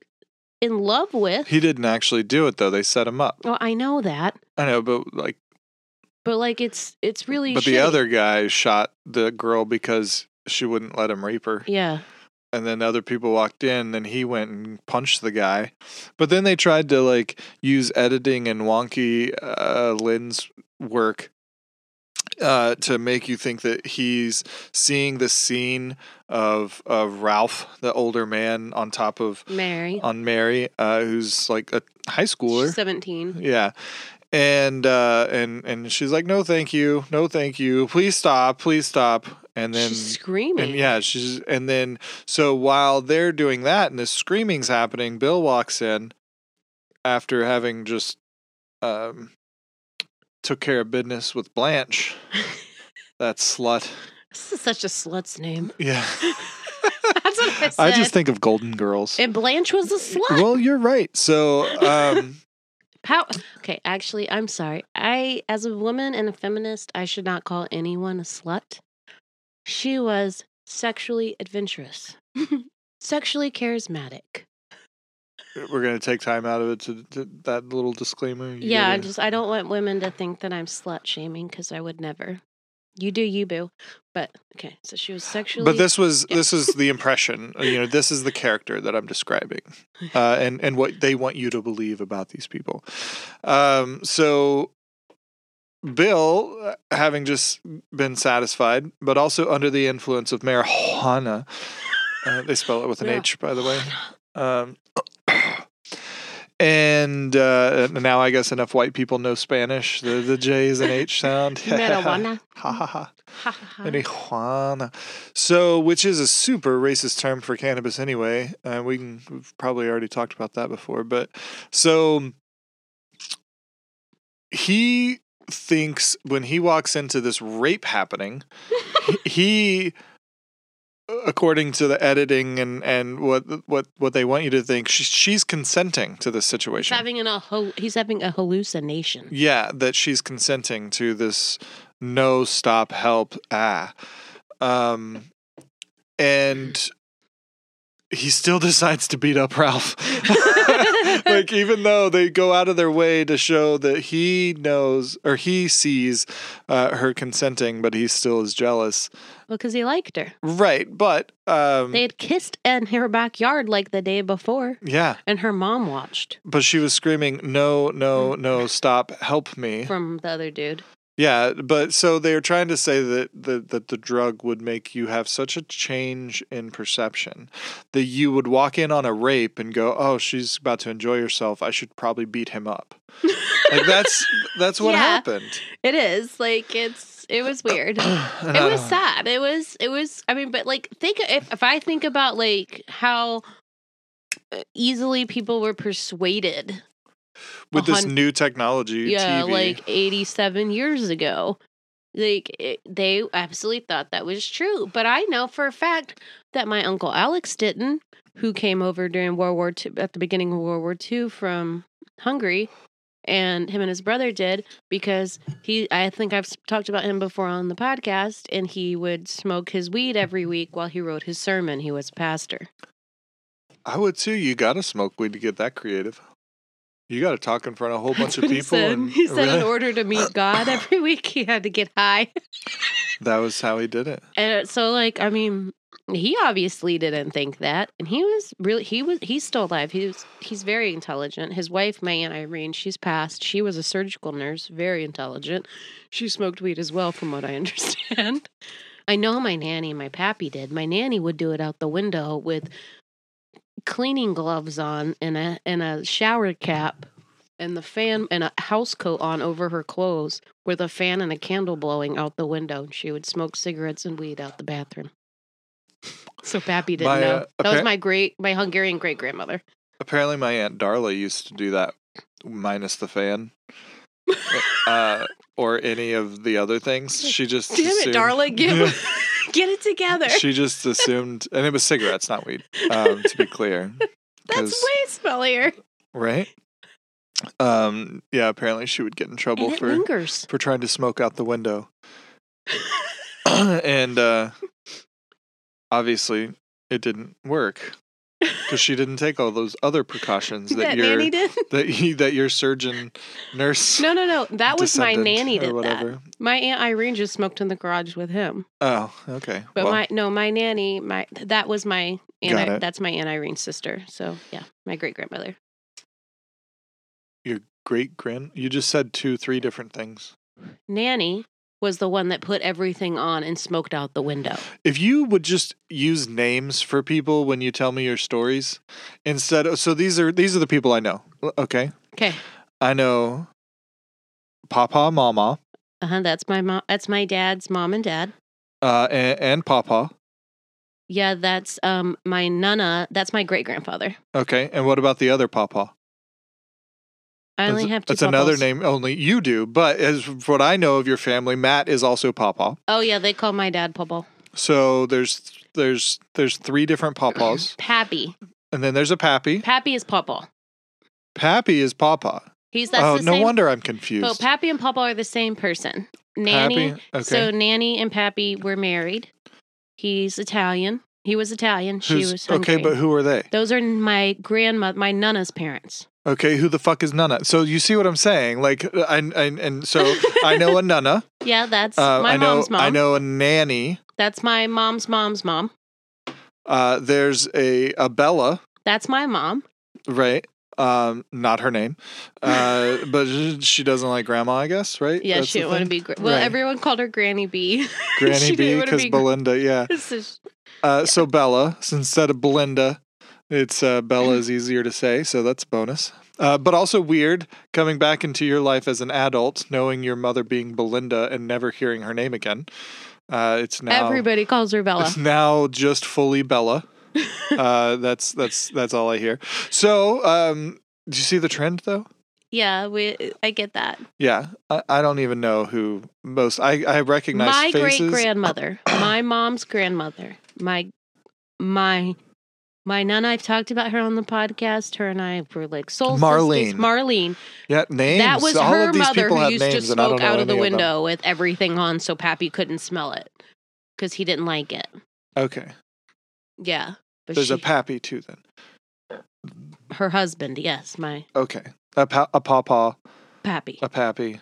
Speaker 1: in love with.
Speaker 2: he didn't actually do it though they set him up
Speaker 1: Well, I know that,
Speaker 2: i know but like
Speaker 1: but like it's it's really.
Speaker 2: but the
Speaker 1: shitty.
Speaker 2: other guy shot the girl because she wouldn't let him rape her
Speaker 1: yeah,
Speaker 2: and then other people walked in then he went and punched the guy but then they tried to like use editing and wonky uh, lens work uh, to make you think that he's seeing the scene of of Ralph, the older man, on top of
Speaker 1: Mary,
Speaker 2: on Mary, uh, who's like a high schooler,
Speaker 1: she's seventeen.
Speaker 2: yeah. And uh, and and she's like, no, thank you, no, thank you, please stop, please stop. And then
Speaker 1: she's screaming.
Speaker 2: and yeah, she's and then so while they're doing that and the screaming's happening, Bill walks in after having just um took care of business with Blanche. that slut.
Speaker 1: This is such a slut's name.
Speaker 2: Yeah.
Speaker 1: That's what I said.
Speaker 2: I just think of Golden Girls.
Speaker 1: and Blanche was a slut.
Speaker 2: well, you're right. So um
Speaker 1: Pow- okay, actually, I'm sorry. I, as a woman and a feminist, I should not call anyone a slut. She was sexually adventurous, sexually charismatic.
Speaker 2: we're gonna take time out of it to, to that little disclaimer. You
Speaker 1: yeah, I
Speaker 2: gotta-
Speaker 1: just I don't want women to think that I'm slut shaming because I would never. You do you, boo. But okay, so she was sexually.
Speaker 2: but this was
Speaker 1: yeah.
Speaker 2: this is the impression uh, you know this is the character that i'm describing uh, and and what they want you to believe about these people um, so bill uh, having just been satisfied but also under the influence of marijuana Uh, they spell it with an
Speaker 1: Yeah.
Speaker 2: H, by the way. Um, and uh, now I guess enough white people know Spanish. The the J is an H sound.
Speaker 1: Marijuana.
Speaker 2: ha ha ha.
Speaker 1: Ha, ha, ha.
Speaker 2: Marijuana. So, which is a super racist term for cannabis anyway. Uh, we can, we've probably already talked about that before. But so he thinks when he walks into this rape happening, he, according to the editing and, and what, what, what they want you to think, she, she's consenting to this
Speaker 1: He's
Speaker 2: situation.
Speaker 1: having, an, a, hal- he's having a hallucination.
Speaker 2: Yeah, that she's consenting to this no stop help ah. Um and he still decides to beat up Ralph. like even though they go out of their way to show that he knows or he sees uh, her consenting but he still is jealous.
Speaker 1: Because he liked her.
Speaker 2: Right, but um
Speaker 1: They had kissed in her backyard like the day before,
Speaker 2: yeah,
Speaker 1: and her mom watched
Speaker 2: but she was screaming no no no stop help me.
Speaker 1: from the other dude.
Speaker 2: Yeah, but so they're trying to say that the, that the drug would make you have such a change in perception that you would walk in on a rape and go, "Oh, she's about to enjoy herself. I should probably beat him up." like that's that's what
Speaker 1: Yeah.
Speaker 2: happened.
Speaker 1: It is like it's it was weird.
Speaker 2: And
Speaker 1: it
Speaker 2: I
Speaker 1: was
Speaker 2: don't-
Speaker 1: sad it was it was i mean but like think if, if i think about like how uh, easily people were persuaded
Speaker 2: with this
Speaker 1: hun-
Speaker 2: new technology.
Speaker 1: yeah
Speaker 2: TV.
Speaker 1: like 87 years ago like it, they absolutely thought that was true but i know for a fact that my uncle alex didn't who came over during world war ii at the beginning of world war ii from hungary and him and his brother did because he i think i've s- talked about him before on the podcast and he would smoke his weed every week while he wrote his sermon he was a pastor
Speaker 2: I would too. You got to smoke weed to get that creative. You got to talk in front of a whole bunch
Speaker 1: That's
Speaker 2: of
Speaker 1: what
Speaker 2: people.
Speaker 1: he said.
Speaker 2: and-
Speaker 1: he said in
Speaker 2: Really?
Speaker 1: order to meet god every week he had to get high
Speaker 2: that was how he did it.
Speaker 1: And so, like, I mean, he obviously didn't think that, and he was really he was he's still alive. He was he's very intelligent. His wife, my aunt Irene, she's passed. She was a surgical nurse, very intelligent. She smoked weed as well, from what I understand. I know my nanny and my pappy did. My nanny would do it out the window with cleaning gloves on and a and a shower cap and the fan and a house coat on over her clothes with a fan and a candle blowing out the window. She would smoke cigarettes and weed out the bathroom. So Pappy didn't
Speaker 2: My,
Speaker 1: know.
Speaker 2: uh,
Speaker 1: that was
Speaker 2: appar-
Speaker 1: my great, my Hungarian great grandmother.
Speaker 2: Apparently, my aunt Darla used to do that, minus the fan, uh, or any of the other things. She just
Speaker 1: Damn it,
Speaker 2: assumed-
Speaker 1: darling, get get it together.
Speaker 2: she just assumed, and it was cigarettes, not weed. Um, to be clear,
Speaker 1: That's
Speaker 2: 'cause-
Speaker 1: way smellier.
Speaker 2: right? Um, yeah. Apparently, she would get in trouble
Speaker 1: And it
Speaker 2: for
Speaker 1: lingers.
Speaker 2: for trying to smoke out the window, and uh, obviously, it didn't work because she didn't take all those other precautions that,
Speaker 1: That
Speaker 2: your
Speaker 1: nanny did?
Speaker 2: that you, that your surgeon nurse.
Speaker 1: No, no, no. That was my
Speaker 2: descendant
Speaker 1: nanny
Speaker 2: or
Speaker 1: did that.
Speaker 2: whatever.
Speaker 1: My aunt Irene just smoked in the garage with him.
Speaker 2: Oh, okay.
Speaker 1: But
Speaker 2: well,
Speaker 1: my no, my nanny, my that was my
Speaker 2: Got
Speaker 1: aunt, I-
Speaker 2: it.
Speaker 1: that's my aunt Irene's sister. So yeah, my great grandmother.
Speaker 2: your great grand, you just said two, three different things.
Speaker 1: Nanny was the one that put everything on and smoked out the window.
Speaker 2: If you would just use names for people when you tell me your stories, instead of so these are these are the people I know. L- Okay,
Speaker 1: Okay.
Speaker 2: I know Papa, Mama,
Speaker 1: Uh-huh, that's my mom. That's my dad's mom and dad.
Speaker 2: uh, and, and Papa.
Speaker 1: Yeah, that's um my nana. That's my great grandfather.
Speaker 2: Okay, and what about the other Papa?
Speaker 1: I only
Speaker 2: that's,
Speaker 1: have two.
Speaker 2: That's another
Speaker 1: papas.
Speaker 2: name only you do. But as from what I know of your family, Matt is also Papa.
Speaker 1: Oh yeah, they call my dad Papa.
Speaker 2: So there's there's there's three different Papas,
Speaker 1: Pappy.
Speaker 2: and then there's a Pappy.
Speaker 1: Pappy is Papa.
Speaker 2: Pappy is Papa.
Speaker 1: He's that's
Speaker 2: oh,
Speaker 1: the
Speaker 2: no
Speaker 1: same.
Speaker 2: wonder I'm
Speaker 1: So
Speaker 2: confused.
Speaker 1: Pappy and Papa are the same person. Nanny.
Speaker 2: Pappy, okay.
Speaker 1: So Nanny and Pappy were married. He's Italian. He was Italian.
Speaker 2: Who's-
Speaker 1: she was
Speaker 2: okay, but
Speaker 1: Hungarian.
Speaker 2: who are they?
Speaker 1: those are my grandmother, my nana's parents.
Speaker 2: Okay, who the fuck is Nana? So you see what I'm saying? Like, I, I and so I know a Nana.
Speaker 1: Yeah, that's
Speaker 2: Uh,
Speaker 1: my
Speaker 2: I know
Speaker 1: mom's mom.
Speaker 2: I know a nanny.
Speaker 1: That's my mom's mom's mom.
Speaker 2: Uh, there's a a Bella,
Speaker 1: That's my mom.
Speaker 2: right? Um, not her name, uh, but she doesn't like grandma, I guess, right?
Speaker 1: Yeah,
Speaker 2: That's
Speaker 1: she
Speaker 2: the
Speaker 1: didn't want to
Speaker 2: thing?
Speaker 1: be. Gra- well,
Speaker 2: Right.
Speaker 1: everyone called her Granny B.
Speaker 2: Granny
Speaker 1: she didn't
Speaker 2: B
Speaker 1: wanna
Speaker 2: because
Speaker 1: be gr-
Speaker 2: Belinda, yeah.
Speaker 1: This is-
Speaker 2: Uh, So Bella, so instead of Belinda, it's uh, Bella is easier to say, so that's bonus. Uh, but also weird coming back into your life as an adult, knowing your mother being Belinda and never hearing her name again. Uh, it's now
Speaker 1: Everybody calls her Bella.
Speaker 2: It's now just fully Bella. uh, that's that's that's all I hear. So, um, do you see the trend though?
Speaker 1: yeah, we. I get that.
Speaker 2: Yeah, I, I don't even know who most. I I recognize
Speaker 1: my
Speaker 2: faces.
Speaker 1: great grandmother, my mom's grandmother, my my my nun. I've talked about her on the podcast. Her and I were like soul
Speaker 2: Marlene.
Speaker 1: sisters. Marlene.
Speaker 2: yeah, names.
Speaker 1: That was
Speaker 2: all
Speaker 1: her
Speaker 2: of these
Speaker 1: mother
Speaker 2: people
Speaker 1: who
Speaker 2: have
Speaker 1: used to
Speaker 2: names, and I don't
Speaker 1: smoke
Speaker 2: know
Speaker 1: out of the
Speaker 2: any them.
Speaker 1: window with everything on, so Pappy couldn't smell it because he didn't like it.
Speaker 2: Okay,
Speaker 1: Yeah, but
Speaker 2: there's
Speaker 1: she,
Speaker 2: a pappy too. Then
Speaker 1: her husband. Yes, my
Speaker 2: okay, a pa- a pawpaw,
Speaker 1: Pappy.
Speaker 2: a pappy,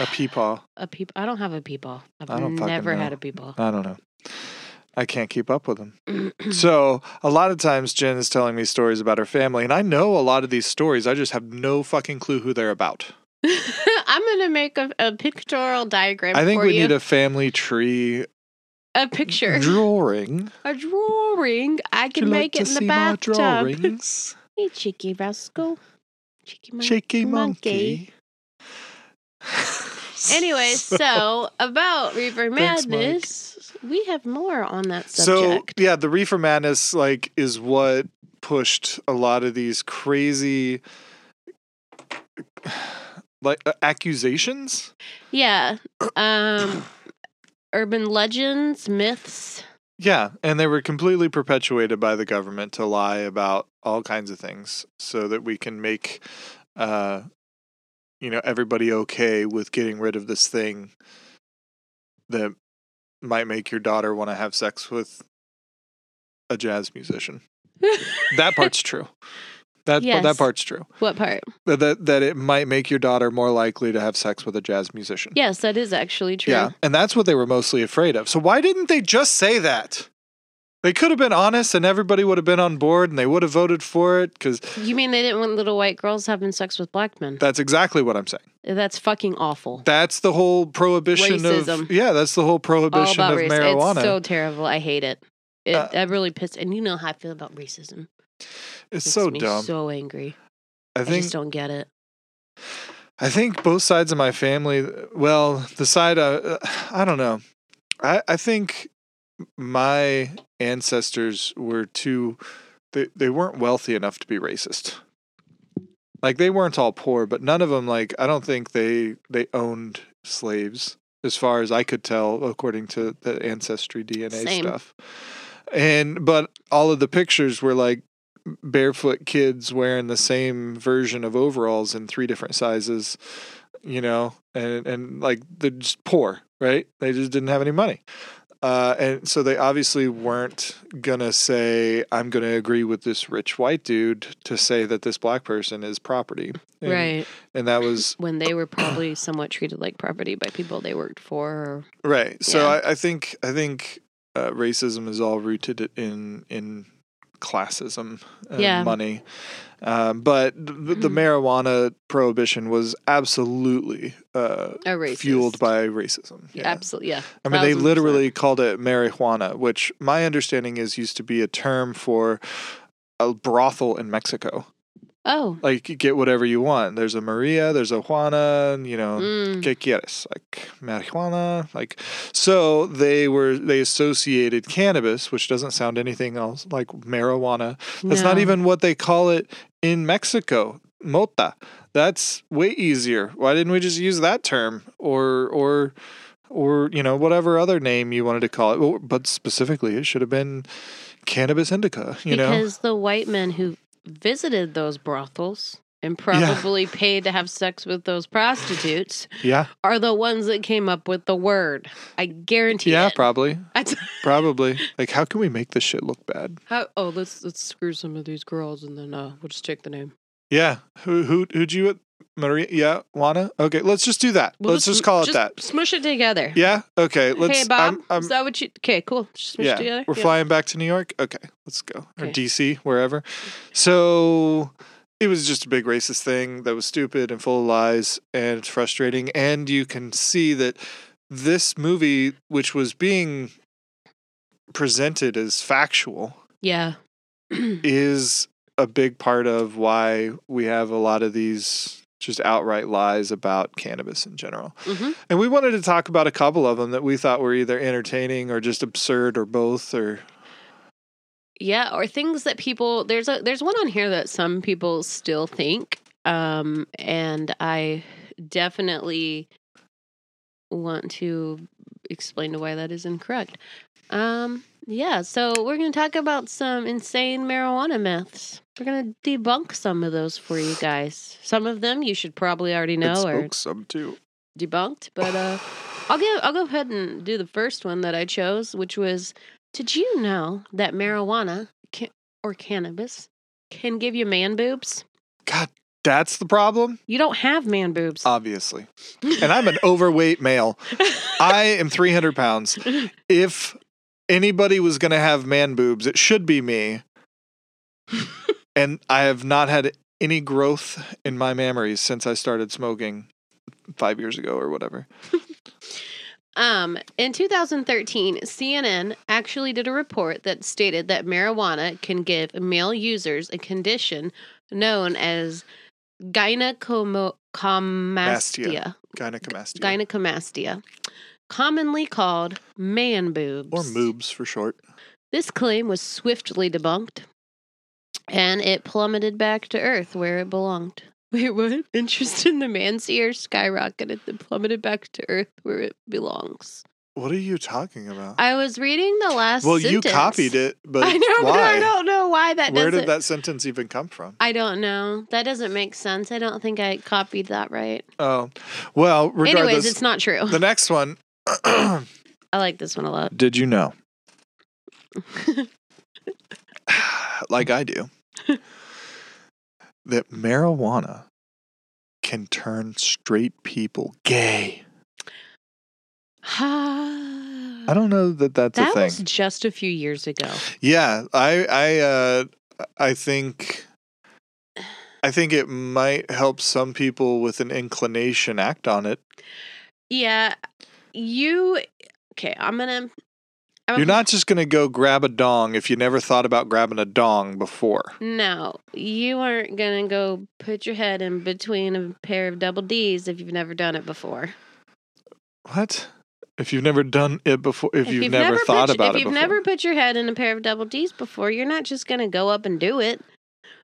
Speaker 2: a peepaw.
Speaker 1: A peep. I don't have a peepaw. I've
Speaker 2: I don't fucking
Speaker 1: never had a
Speaker 2: know.
Speaker 1: peepaw.
Speaker 2: I don't know. I can't keep up with them. Uh, So a lot of times Jen is telling me stories about her family, and I know a lot of these stories. I just have no fucking clue who they're about.
Speaker 1: I'm gonna make a, a pictorial diagram.
Speaker 2: I think
Speaker 1: for
Speaker 2: we
Speaker 1: you.
Speaker 2: need a family tree
Speaker 1: a picture.
Speaker 2: drawing.
Speaker 1: A drawing. I
Speaker 2: Would you
Speaker 1: can
Speaker 2: like
Speaker 1: make
Speaker 2: to
Speaker 1: it in the
Speaker 2: see my
Speaker 1: bathtub.
Speaker 2: drawings?
Speaker 1: Hey, cheeky rascal. Cheeky monkey.
Speaker 2: Cheeky monkey.
Speaker 1: monkey. Anyway, so about Reaper
Speaker 2: Thanks, Mike.
Speaker 1: Madness, we have more on that
Speaker 2: so
Speaker 1: subject.
Speaker 2: yeah, the reefer madness like is what pushed a lot of these crazy like uh, accusations.
Speaker 1: yeah. Um urban legends, myths.
Speaker 2: Yeah, and they were completely perpetuated by the government to lie about all kinds of things so that we can make uh you know everybody okay with getting rid of this thing that might make your daughter want to have sex with a jazz musician. That part's true. That that
Speaker 1: Yes.
Speaker 2: part's true.
Speaker 1: what part?
Speaker 2: That, that that it might make your daughter more likely to have sex with a jazz musician.
Speaker 1: Yes, that is actually true.
Speaker 2: Yeah, and that's what they were mostly afraid of. So why didn't they just say that? They could have been honest, and everybody would have been on board, and they would have voted for it because
Speaker 1: You mean they didn't want little white girls having sex with black men?
Speaker 2: that's exactly what I'm saying.
Speaker 1: That's fucking awful.
Speaker 2: That's the whole prohibition of
Speaker 1: Racism.
Speaker 2: yeah. That's the whole
Speaker 1: All
Speaker 2: prohibition
Speaker 1: about
Speaker 2: of
Speaker 1: race.
Speaker 2: marijuana.
Speaker 1: It's so terrible. I hate it. It
Speaker 2: Uh,
Speaker 1: that really pissed. And you know how I feel about racism.
Speaker 2: It's
Speaker 1: Makes
Speaker 2: so
Speaker 1: me
Speaker 2: dumb.
Speaker 1: So angry.
Speaker 2: I
Speaker 1: I
Speaker 2: think
Speaker 1: just don't get it.
Speaker 2: I think both sides of my family. Well, the side uh, I don't know. I I think my ancestors were too. They they weren't wealthy enough to be racist. Like they weren't all poor, but none of them. Like I don't think they they owned slaves, as far as I could tell, according to the ancestry DNA
Speaker 1: Same.
Speaker 2: stuff. And but all of the pictures were like barefoot kids wearing the same version of overalls in three different sizes, you know, and and like they're just poor, right? They just didn't have any money. Uh, and so they obviously weren't gonna say, "I'm gonna agree with this rich white dude to say that this black person is property." And,
Speaker 1: right.
Speaker 2: And that was
Speaker 1: When they were probably somewhat treated like property by people they worked for. Or,
Speaker 2: Right. So
Speaker 1: Yeah.
Speaker 2: I, I think I think uh, racism is all rooted in in classism and
Speaker 1: Yeah. Mm-hmm.
Speaker 2: money. Um, but the, the marijuana prohibition was absolutely uh,
Speaker 1: a racist.
Speaker 2: fueled by racism.
Speaker 1: Absolutely. Yeah.
Speaker 2: I mean, they
Speaker 1: 1000%.
Speaker 2: literally called it marijuana, which my understanding is used to be a term for a brothel in Mexico.
Speaker 1: Oh.
Speaker 2: Like, you get whatever you want. There's a Maria, there's a Juana, and, you know,
Speaker 1: Mm.
Speaker 2: que quieres like marijuana like so they were they associated cannabis which doesn't sound anything else like marijuana that's not
Speaker 1: No.
Speaker 2: even what they call it in mexico mota that's way easier why didn't we just use that term or or or you know whatever other name you wanted to call it Well, but specifically it should have been cannabis indica you know
Speaker 1: because the white men who visited those brothels and probably paid to have sex with those prostitutes
Speaker 2: yeah
Speaker 1: are the ones that came up with the word. I guarantee
Speaker 2: yeah
Speaker 1: it.
Speaker 2: probably
Speaker 1: I t-
Speaker 2: probably like how can we make this shit look bad
Speaker 1: How, oh, let's let's screw some of these girls and then uh, we'll just take the name.
Speaker 2: Yeah. Who who who'd you Maria? Yeah, Juana. Okay, let's just do that.
Speaker 1: We'll
Speaker 2: let's just, call it
Speaker 1: just
Speaker 2: that.
Speaker 1: Smush it together.
Speaker 2: Yeah. Okay. Let's.
Speaker 1: hey, Bob.
Speaker 2: I'm, I'm,
Speaker 1: is that what you? Okay, cool. Just smush
Speaker 2: yeah.
Speaker 1: it together.
Speaker 2: We're
Speaker 1: Yeah.
Speaker 2: flying back to New York. Okay, let's go or
Speaker 1: Okay. Mm-hmm.
Speaker 2: DC, wherever. So it was just a big racist thing that was stupid and full of lies and it's frustrating. And you can see that this movie, which was being presented as factual
Speaker 1: Yeah. Mm-hmm.
Speaker 2: is a big part of why we have a lot of these just outright lies about cannabis in general.
Speaker 1: Mhm.
Speaker 2: And we wanted to talk about a couple of them that we thought were either entertaining or just absurd or both or
Speaker 1: Yeah, or things that people there's a there's one on here that some people still think. Um and I definitely want to explain to why that is incorrect. Um yeah, so we're going to talk about some insane marijuana myths. We're going to debunk some of those for you guys. Some of them you should probably already know
Speaker 2: it
Speaker 1: or
Speaker 2: spoke some too.
Speaker 1: debunked, but uh I'll go I'll go ahead and do the first one that I chose, which was did you know that marijuana can, or cannabis can give you man boobs?
Speaker 2: God, that's the problem,
Speaker 1: You don't have man boobs.
Speaker 2: Uh. obviously. And I'm an overweight male. I am 300 pounds. If anybody was going to have man boobs, it should be me. and I have not had any growth in my mammaries since I started smoking five years ago or whatever.
Speaker 1: um, in 2013, CNN actually did a report that stated that marijuana can give male users a condition known as gynecomastia.
Speaker 2: Gynecomastia.
Speaker 1: Gynecomastia, commonly called man boobs.
Speaker 2: or moobs for short.
Speaker 1: This claim was swiftly debunked, and it plummeted back to Earth where it belonged. Wait, what? Interest in the man's ear skyrocketed and plummeted back to Earth where it belongs.
Speaker 2: What are you talking about?
Speaker 1: I was reading the last.
Speaker 2: well, you
Speaker 1: sentence.
Speaker 2: copied it, but
Speaker 1: I know,
Speaker 2: why?
Speaker 1: but I don't know why that.
Speaker 2: Where
Speaker 1: doesn't,
Speaker 2: did that sentence even come from?
Speaker 1: I don't know. That doesn't make sense. I don't think I copied that right.
Speaker 2: Oh, well,
Speaker 1: Anyways,
Speaker 2: regardless,
Speaker 1: it's not true.
Speaker 2: the next one.
Speaker 1: I like this one a lot.
Speaker 2: did you know? like I do, that marijuana can turn straight people gay. I
Speaker 1: I
Speaker 2: don't know that that's a
Speaker 1: that
Speaker 2: thing.
Speaker 1: was just a few years ago.
Speaker 2: Yeah, I I uh I think I think it might help some people with an inclination act on it.
Speaker 1: Yeah, you. Okay, I'm gonna. I'm
Speaker 2: You're not just going to go grab a dong if you never thought about grabbing a dong before.
Speaker 1: No, you aren't gonna go put your head in between a pair of double D's if you've never done it before.
Speaker 2: What? If you've never done it before, if,
Speaker 1: If
Speaker 2: you've, never, thought
Speaker 1: put,
Speaker 2: about
Speaker 1: if
Speaker 2: it
Speaker 1: you've
Speaker 2: before.
Speaker 1: never put your head in a pair of double D's before, you're not just gonna go up and do it.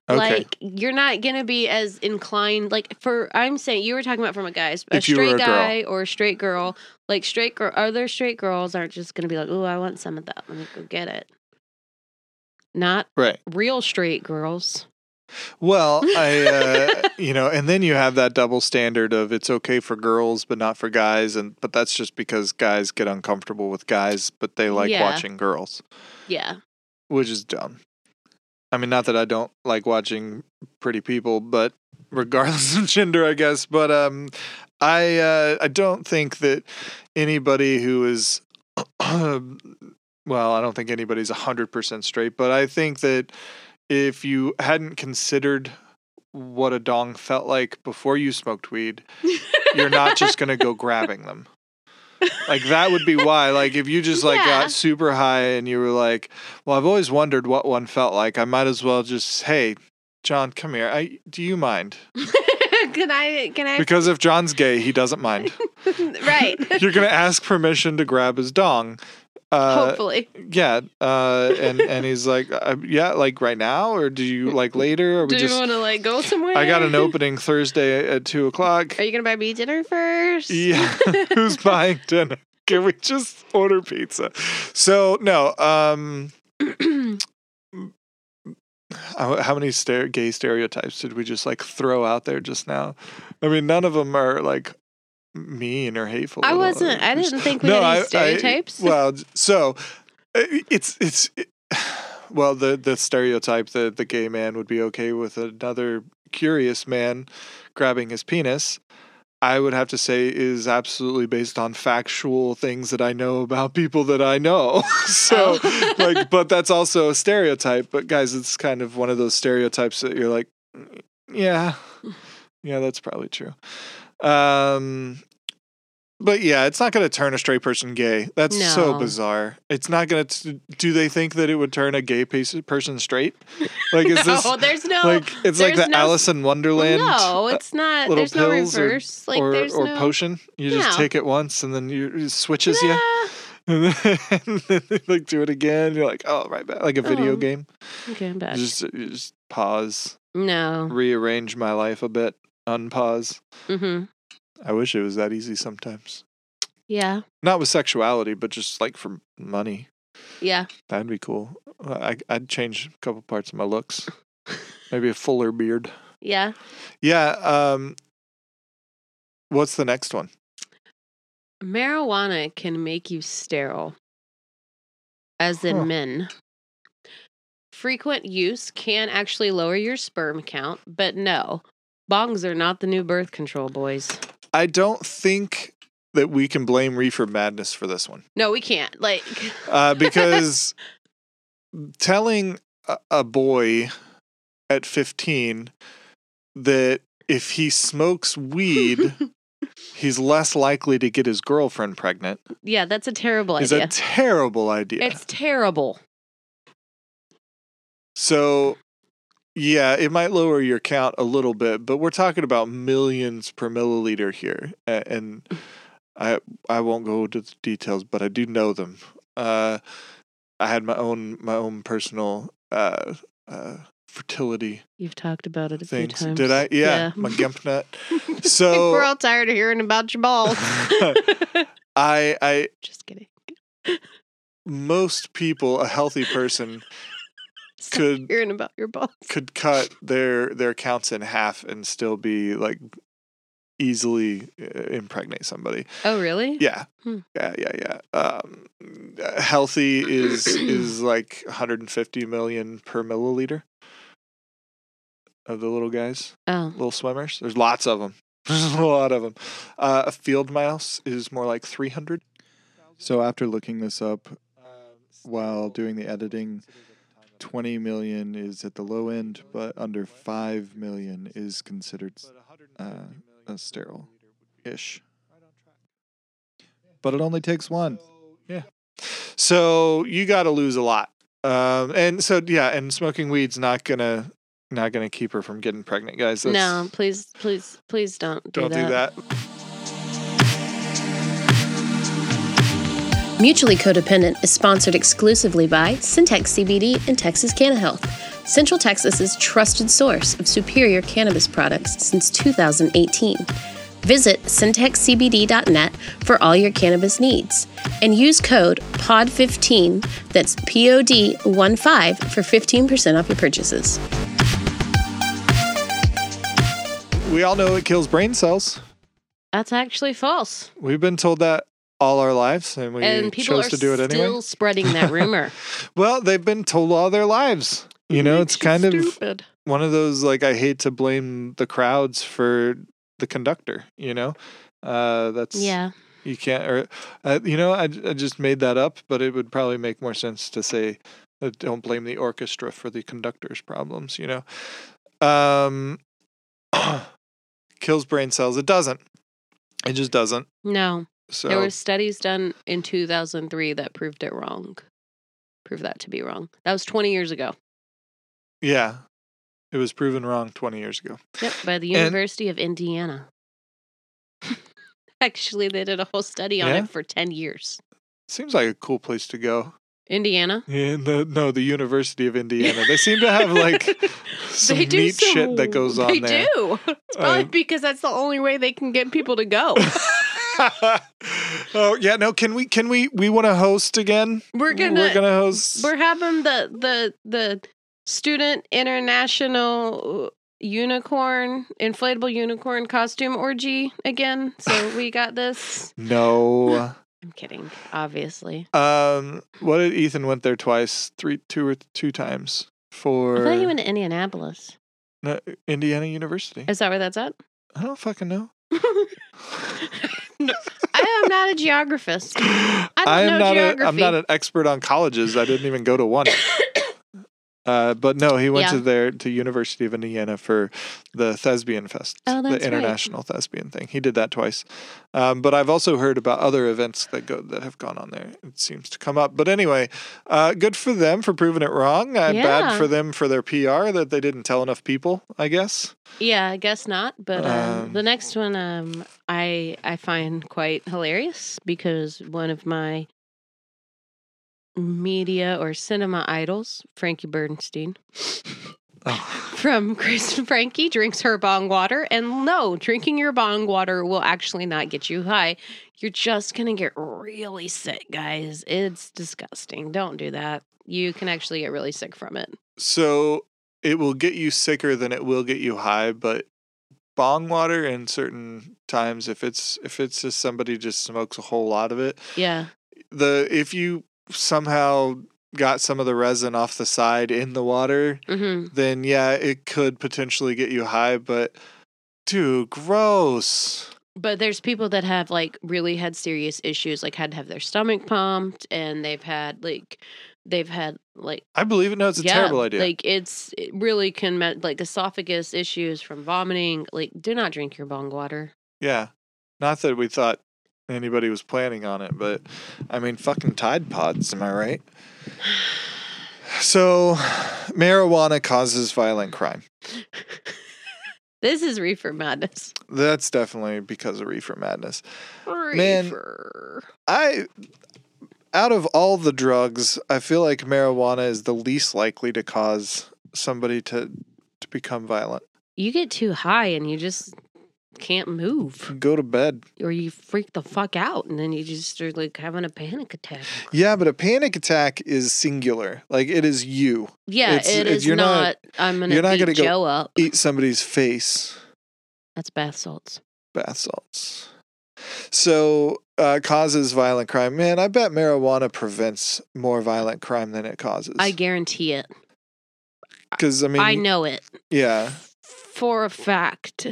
Speaker 2: okay.
Speaker 1: Like you're not gonna be as inclined. Like for I'm saying, you were talking about from a guy's a
Speaker 2: If you were
Speaker 1: straight
Speaker 2: a girl.
Speaker 1: guy or a straight girl. Like straight girl, other straight girls aren't just gonna be like, "Ooh, I want some of that. Let me go get it." Not
Speaker 2: right.
Speaker 1: real straight girls.
Speaker 2: Well, I uh, you know, and then you have that double standard of it's okay for girls but not for guys and but that's just because guys get uncomfortable with guys but they like
Speaker 1: Yeah.
Speaker 2: watching girls.
Speaker 1: Yeah.
Speaker 2: which is dumb. I mean, not that I don't like watching pretty people, but regardless of gender, I guess. But um, I uh, I don't think that anybody who is well, I don't think anybody's hundred percent straight, but I think that if you hadn't considered what a dong felt like before you smoked weed, you're not just gonna go grabbing them. Like that would be why. Like if you just like
Speaker 1: Yeah.
Speaker 2: got super high and you were like, "Well, I've always wondered what one felt like. I might as well just, hey, John, come here. I do you mind?
Speaker 1: can I? Can I?
Speaker 2: Because if John's gay, he doesn't mind.
Speaker 1: right.
Speaker 2: You're gonna ask permission to grab his dong. Uh,
Speaker 1: Hopefully.
Speaker 2: yeah, uh, and and he's like, uh, yeah, like right now, or do you like later? Or we
Speaker 1: Do
Speaker 2: just?
Speaker 1: you want to like go somewhere?
Speaker 2: I got an opening Thursday at two o'clock.
Speaker 1: Are you gonna buy me dinner first?
Speaker 2: Yeah, who's buying dinner? Can we just order pizza? So no, um, how how many stere- gay stereotypes did we just like throw out there just now? I mean, none of them are like mean or hateful.
Speaker 1: I
Speaker 2: at all.
Speaker 1: wasn't. I didn't think we had any stereotypes.
Speaker 2: I, well, so i- it's it's it- well the the stereotype that the gay man would be okay with another curious man grabbing his penis. I would have to say is absolutely based on factual things that I know about people that I know. so
Speaker 1: Oh.
Speaker 2: like but that's also a stereotype, but guys it's kind of one of those stereotypes that you're like "Mm, yeah. Yeah, that's probably true. Um But yeah, it's not going to turn a straight person gay. That's so
Speaker 1: No.
Speaker 2: bizarre. It's not going to. Do they think that it would turn a gay pace- person straight? Like, is
Speaker 1: no,
Speaker 2: this
Speaker 1: there's no
Speaker 2: like it's like
Speaker 1: there's
Speaker 2: the
Speaker 1: no-
Speaker 2: Alice in Wonderland
Speaker 1: No, it's not.
Speaker 2: little
Speaker 1: There's no
Speaker 2: pills or-
Speaker 1: reverse. like
Speaker 2: or
Speaker 1: there's
Speaker 2: or
Speaker 1: no
Speaker 2: potion? You just
Speaker 1: No.
Speaker 2: take it once and then you it switches you,
Speaker 1: Ah,
Speaker 2: and then, they like do it again. You're like, oh, right back, like a video
Speaker 1: Oh,
Speaker 2: game.
Speaker 1: Okay, I'm back.
Speaker 2: You just you just pause,
Speaker 1: no.
Speaker 2: rearrange my life a bit, unpause.
Speaker 1: Mm-hmm.
Speaker 2: I wish it was that easy sometimes.
Speaker 1: Yeah.
Speaker 2: Not with sexuality, but just like for money.
Speaker 1: Yeah.
Speaker 2: That'd be cool. Uh, I, I'd change a couple parts of my looks. Maybe a fuller beard.
Speaker 1: Yeah.
Speaker 2: Yeah. Um, what's the next one?
Speaker 1: Marijuana can make you sterile, as
Speaker 2: Huh.
Speaker 1: in men. Frequent use can actually lower your sperm count, but no, bongs are not the new birth control, boys.
Speaker 2: I don't think that we can blame Reefer Madness for this one
Speaker 1: No, we can't. Like,
Speaker 2: uh, because telling a, a boy at 15 that if he smokes weed, he's less likely to get his girlfriend pregnant
Speaker 1: yeah, that's a terrible
Speaker 2: is
Speaker 1: idea.
Speaker 2: a terrible idea.
Speaker 1: It's terrible.
Speaker 2: So, yeah, it might lower your count a little bit, but we're talking about millions per milliliter here, a- and
Speaker 1: Mm.
Speaker 2: I I won't go into the details, but I do know them. Uh, I had my own my own personal uh, uh, fertility
Speaker 1: You've talked about it a
Speaker 2: things.
Speaker 1: few times.
Speaker 2: Did I? Yeah,
Speaker 1: Yeah.
Speaker 2: my gimp nut.
Speaker 1: I think
Speaker 2: So
Speaker 1: we're all tired of hearing about your balls.
Speaker 2: I I
Speaker 1: Just kidding.
Speaker 2: most people a healthy person
Speaker 1: Stop
Speaker 2: could
Speaker 1: hearing about your balls.
Speaker 2: could cut their their counts in half and still be like easily uh, impregnate somebody.
Speaker 1: Oh, really?
Speaker 2: Yeah.
Speaker 1: Hmm.
Speaker 2: Yeah, yeah, yeah. Um, uh, healthy is is like 150 million per milliliter of the little guys,
Speaker 1: Oh,
Speaker 2: little swimmers. There's lots of them. There's a lot of them. Uh, a field mouse is more like 300. So after looking this up while doing the editing, 20 million is at the low end, but under 5 million is considered uh, a sterile ish. But it only takes one. Yeah. So you got to lose a lot. Um, and so, yeah, and smoking weed's not going to. Not gonna keep her from getting pregnant, guys. That's-
Speaker 1: no, please, please, please don't do
Speaker 2: don't
Speaker 1: that.
Speaker 2: do that.
Speaker 3: Mutually Codependent is sponsored exclusively by Syntex CBD and Texas Canna Health, Central Texas's trusted source of superior cannabis products since 2018. Visit syntexcbd.net for all your cannabis needs and use code POD15, that's POD15, for 15% off your purchases.
Speaker 2: We all know it kills brain cells.
Speaker 1: That's actually false.
Speaker 2: We've been told that all our lives, and we
Speaker 1: and people
Speaker 2: chose
Speaker 1: are
Speaker 2: to do it
Speaker 1: still
Speaker 2: anyway.
Speaker 1: spreading that rumor.
Speaker 2: Well, they've been told all their lives. You know, it's kind of
Speaker 1: stupid.
Speaker 2: one of those like I hate to blame the crowds for the conductor. You know, uh, that's
Speaker 1: Yeah.
Speaker 2: You can't, or uh, you know, I, I just made that up, but it would probably make more sense to say uh, don't blame the orchestra for the conductor's problems. You know, um, kills brain cells. It doesn't. It just doesn't.
Speaker 1: No.
Speaker 2: So
Speaker 1: There were studies done in 2003 that proved it wrong. Proved that to be wrong. That was 20 years ago.
Speaker 2: yeah, it was proven wrong twenty years ago.
Speaker 1: Yep, by the
Speaker 2: And-
Speaker 1: University of Indiana. actually, they did a whole study on
Speaker 2: Yeah?
Speaker 1: it for 10 years.
Speaker 2: Seems like a cool place to go.
Speaker 1: Indiana?
Speaker 2: Yeah, no, no, the University of Indiana. They seem to have like some
Speaker 1: they do
Speaker 2: neat
Speaker 1: some-
Speaker 2: shit that goes on
Speaker 1: they
Speaker 2: there.
Speaker 1: do. It's probably because that's the only way they can get people to go.
Speaker 2: oh yeah, no. Can we? Can we? We want to host again.
Speaker 1: We're gonna
Speaker 2: We're gonna host.
Speaker 1: We're having the the the student international uh, unicorn inflatable unicorn costume orgy again. So we got this.
Speaker 2: no.
Speaker 1: I'm kidding, obviously.
Speaker 2: Um. What did Ethan went there twice? Three, two or two times
Speaker 1: I
Speaker 2: for
Speaker 1: thought you went to Indianapolis.
Speaker 2: no, Indiana University.
Speaker 1: Is that where that's at?
Speaker 2: I don't fucking know.
Speaker 1: no, I am not a geographist. I don't know
Speaker 2: am not a. I'm
Speaker 1: geography.
Speaker 2: not an expert on colleges. I didn't even go to one. Uh, but no, he went
Speaker 1: Yeah.
Speaker 2: to there to University of Indiana for the Thespian Fest,
Speaker 1: Oh, that's
Speaker 2: the
Speaker 1: right.
Speaker 2: international thespian thing. He did that twice. Um, but I've also heard about other events that go that have gone on there. It seems to come up. But anyway, uh, good for them for proving it wrong. Uh, Bad
Speaker 1: Yeah.
Speaker 2: for them for their PR that they didn't tell enough people. I guess.
Speaker 1: Yeah, I guess not. But um,
Speaker 2: Um,
Speaker 1: the next one, um, I I find quite hilarious because one of my media or cinema idols, Frankie Bernstein
Speaker 2: Oh.
Speaker 1: from Chris and Frankie, drinks her bong water. And no, drinking your bong water will actually not get you high. You're just gonna get really sick, guys. It's disgusting. Don't do that. You can actually get really sick from it.
Speaker 2: So it will get you sicker than it will get you high, but bong water in certain times if it's if it's just somebody just smokes a whole lot of it
Speaker 1: Yeah.
Speaker 2: the if you somehow got some of the resin off the side in the water
Speaker 1: Mm-hmm.
Speaker 2: then yeah it could potentially get you high but dude gross
Speaker 1: But there's people that have like really had serious issues, like had to have their stomach pumped, and they've had like they've had like
Speaker 2: i believe it no it's a terrible idea
Speaker 1: Like it's it really can me- like esophagus issues from vomiting. Like do not drink your bong water.
Speaker 2: yeah not that we thought anybody was planning on it but i mean fucking tide pods am i right so marijuana causes violent crime
Speaker 1: This is reefer madness.
Speaker 2: that's definitely because of reefer madness Man.
Speaker 1: Reefer.
Speaker 2: I out of all the drugs, I feel like marijuana is the least likely to cause somebody to to become violent.
Speaker 1: You get too high and you just can't move,
Speaker 2: Go to bed.
Speaker 1: or you freak the fuck out, and then you just are like having a panic attack.
Speaker 2: Yeah, but a panic attack is singular. Like it is you
Speaker 1: Yeah,
Speaker 2: It's-
Speaker 1: it
Speaker 2: it's-
Speaker 1: is
Speaker 2: you're not-
Speaker 1: not, I'm gonna
Speaker 2: you're not
Speaker 1: beat
Speaker 2: gonna go-
Speaker 1: Joe up.
Speaker 2: eat somebody's face.
Speaker 1: That's bath salts.
Speaker 2: Bath salts. So uh, causes violent crime. Man, I bet marijuana prevents more violent crime than it causes.
Speaker 1: I guarantee it.
Speaker 2: because I mean,
Speaker 1: I know it
Speaker 2: yeah,
Speaker 1: for a fact.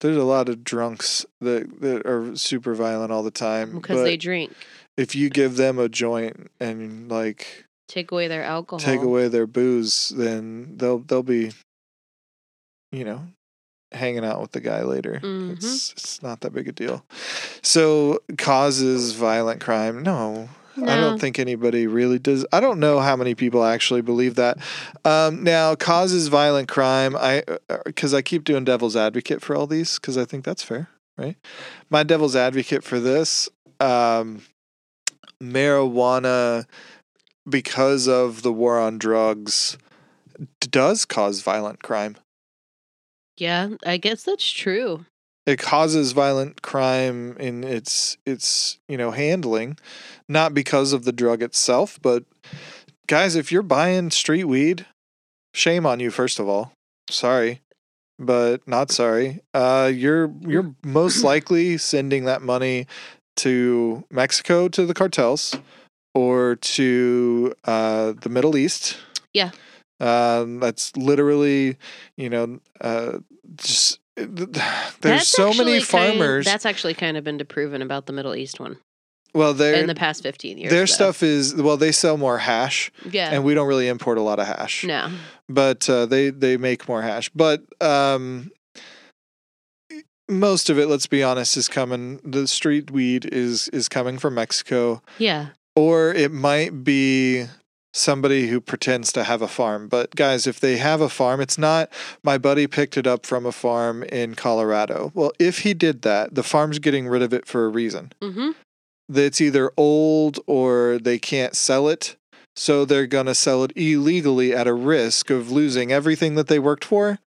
Speaker 2: there's a lot of drunks that that are super violent all the time
Speaker 1: Because
Speaker 2: but-
Speaker 1: they drink,
Speaker 2: if you give them a joint and like
Speaker 1: take away their alcohol.
Speaker 2: take away their booze, then they'll they'll be, you know, hanging out with the guy later.
Speaker 1: Mhm.
Speaker 2: It's it's not that big a deal. So causes violent crime? No. I
Speaker 1: No.
Speaker 2: don't think anybody really does. I don't know how many people actually believe that. Um, now, causes violent crime. I because I keep doing devil's advocate for all these because I think that's fair, right? My devil's advocate for this um, marijuana because of the war on drugs d- does cause violent crime.
Speaker 1: Yeah, I guess that's true.
Speaker 2: It causes violent crime in its its you know handling, not because of the drug itself, but guys, if you're buying street weed, shame on you. First of all, sorry, but not sorry. Uh, you're you're most likely sending that money to Mexico to the cartels or to uh, the Middle East.
Speaker 1: Yeah.
Speaker 2: Um, that's literally, you know, uh, just there's
Speaker 1: That's
Speaker 2: so many
Speaker 1: actually kind-
Speaker 2: farmers.
Speaker 1: that's actually kind of been disproven about the Middle East one
Speaker 2: well, their
Speaker 1: in the past fifteen years.
Speaker 2: their
Speaker 1: though.
Speaker 2: stuff is well, they sell more hash,
Speaker 1: Yeah.
Speaker 2: and we don't really import a lot of hash.
Speaker 1: no.
Speaker 2: but uh, they they make more hash. But um, most of it, let's be honest, is coming. The street weed is is coming from Mexico,
Speaker 1: Yeah.
Speaker 2: or it might be somebody who pretends to have a farm. But guys, if they have a farm, it's not my buddy picked it up from a farm in Colorado. Well, if he did that, the farm's getting rid of it for a reason
Speaker 1: Mm-hmm.
Speaker 2: that's either old or they can't sell it. So they're going to sell it illegally at a risk of losing everything that they worked for.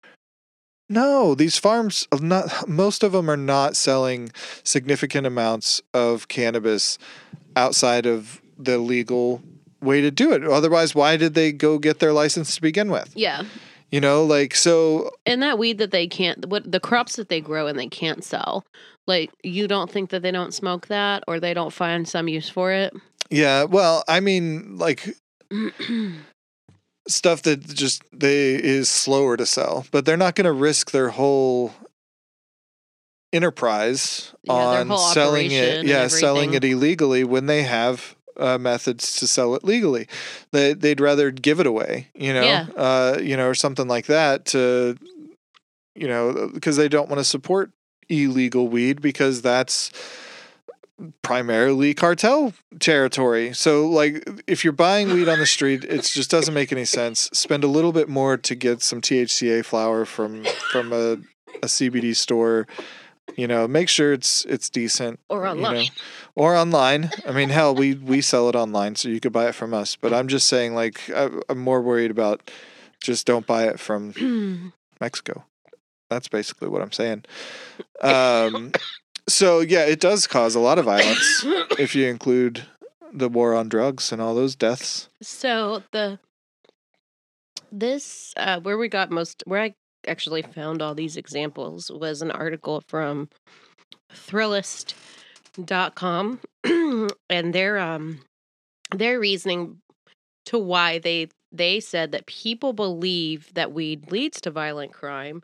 Speaker 2: No, these farms are not most of them are not selling significant amounts of cannabis outside of the legal way to do it. Otherwise, why did they go get their license to begin with?
Speaker 1: Yeah.
Speaker 2: You know, like so
Speaker 1: And that weed that they can't, what the crops that they grow and they can't sell, like you don't think that they don't smoke that or they don't find some use for it.
Speaker 2: yeah, well, I mean like stuff that just they is slower to sell, but they're not going to risk their whole enterprise
Speaker 1: Yeah, their
Speaker 2: on
Speaker 1: whole
Speaker 2: selling
Speaker 1: operation
Speaker 2: it.
Speaker 1: and
Speaker 2: Yeah, selling it
Speaker 1: everything.
Speaker 2: illegally when they have uh, methods to sell it legally. They, they'd rather give it away, you know,
Speaker 1: Yeah.
Speaker 2: uh, you know, or something like that to, you know, because they don't want to support illegal weed because that's primarily cartel territory. So like if you're buying weed on the street, it just doesn't make any sense. Spend a little bit more to get some THCA flower from from a, a CBD store. You know, make sure it's it's decent
Speaker 1: or
Speaker 2: you know,
Speaker 1: online.
Speaker 2: or online. I mean, hell, we we sell it online, so you could buy it from us. But I'm just saying, like, I, I'm more worried about just don't buy it from Mexico. That's basically what I'm saying. Um, so yeah, it does cause a lot of violence if you include the war on drugs and all those deaths.
Speaker 1: So the this uh, where we got most where I actually found all these examples was an article from Thrillist.com, and their um their reasoning to why they they said that people believe that weed leads to violent crime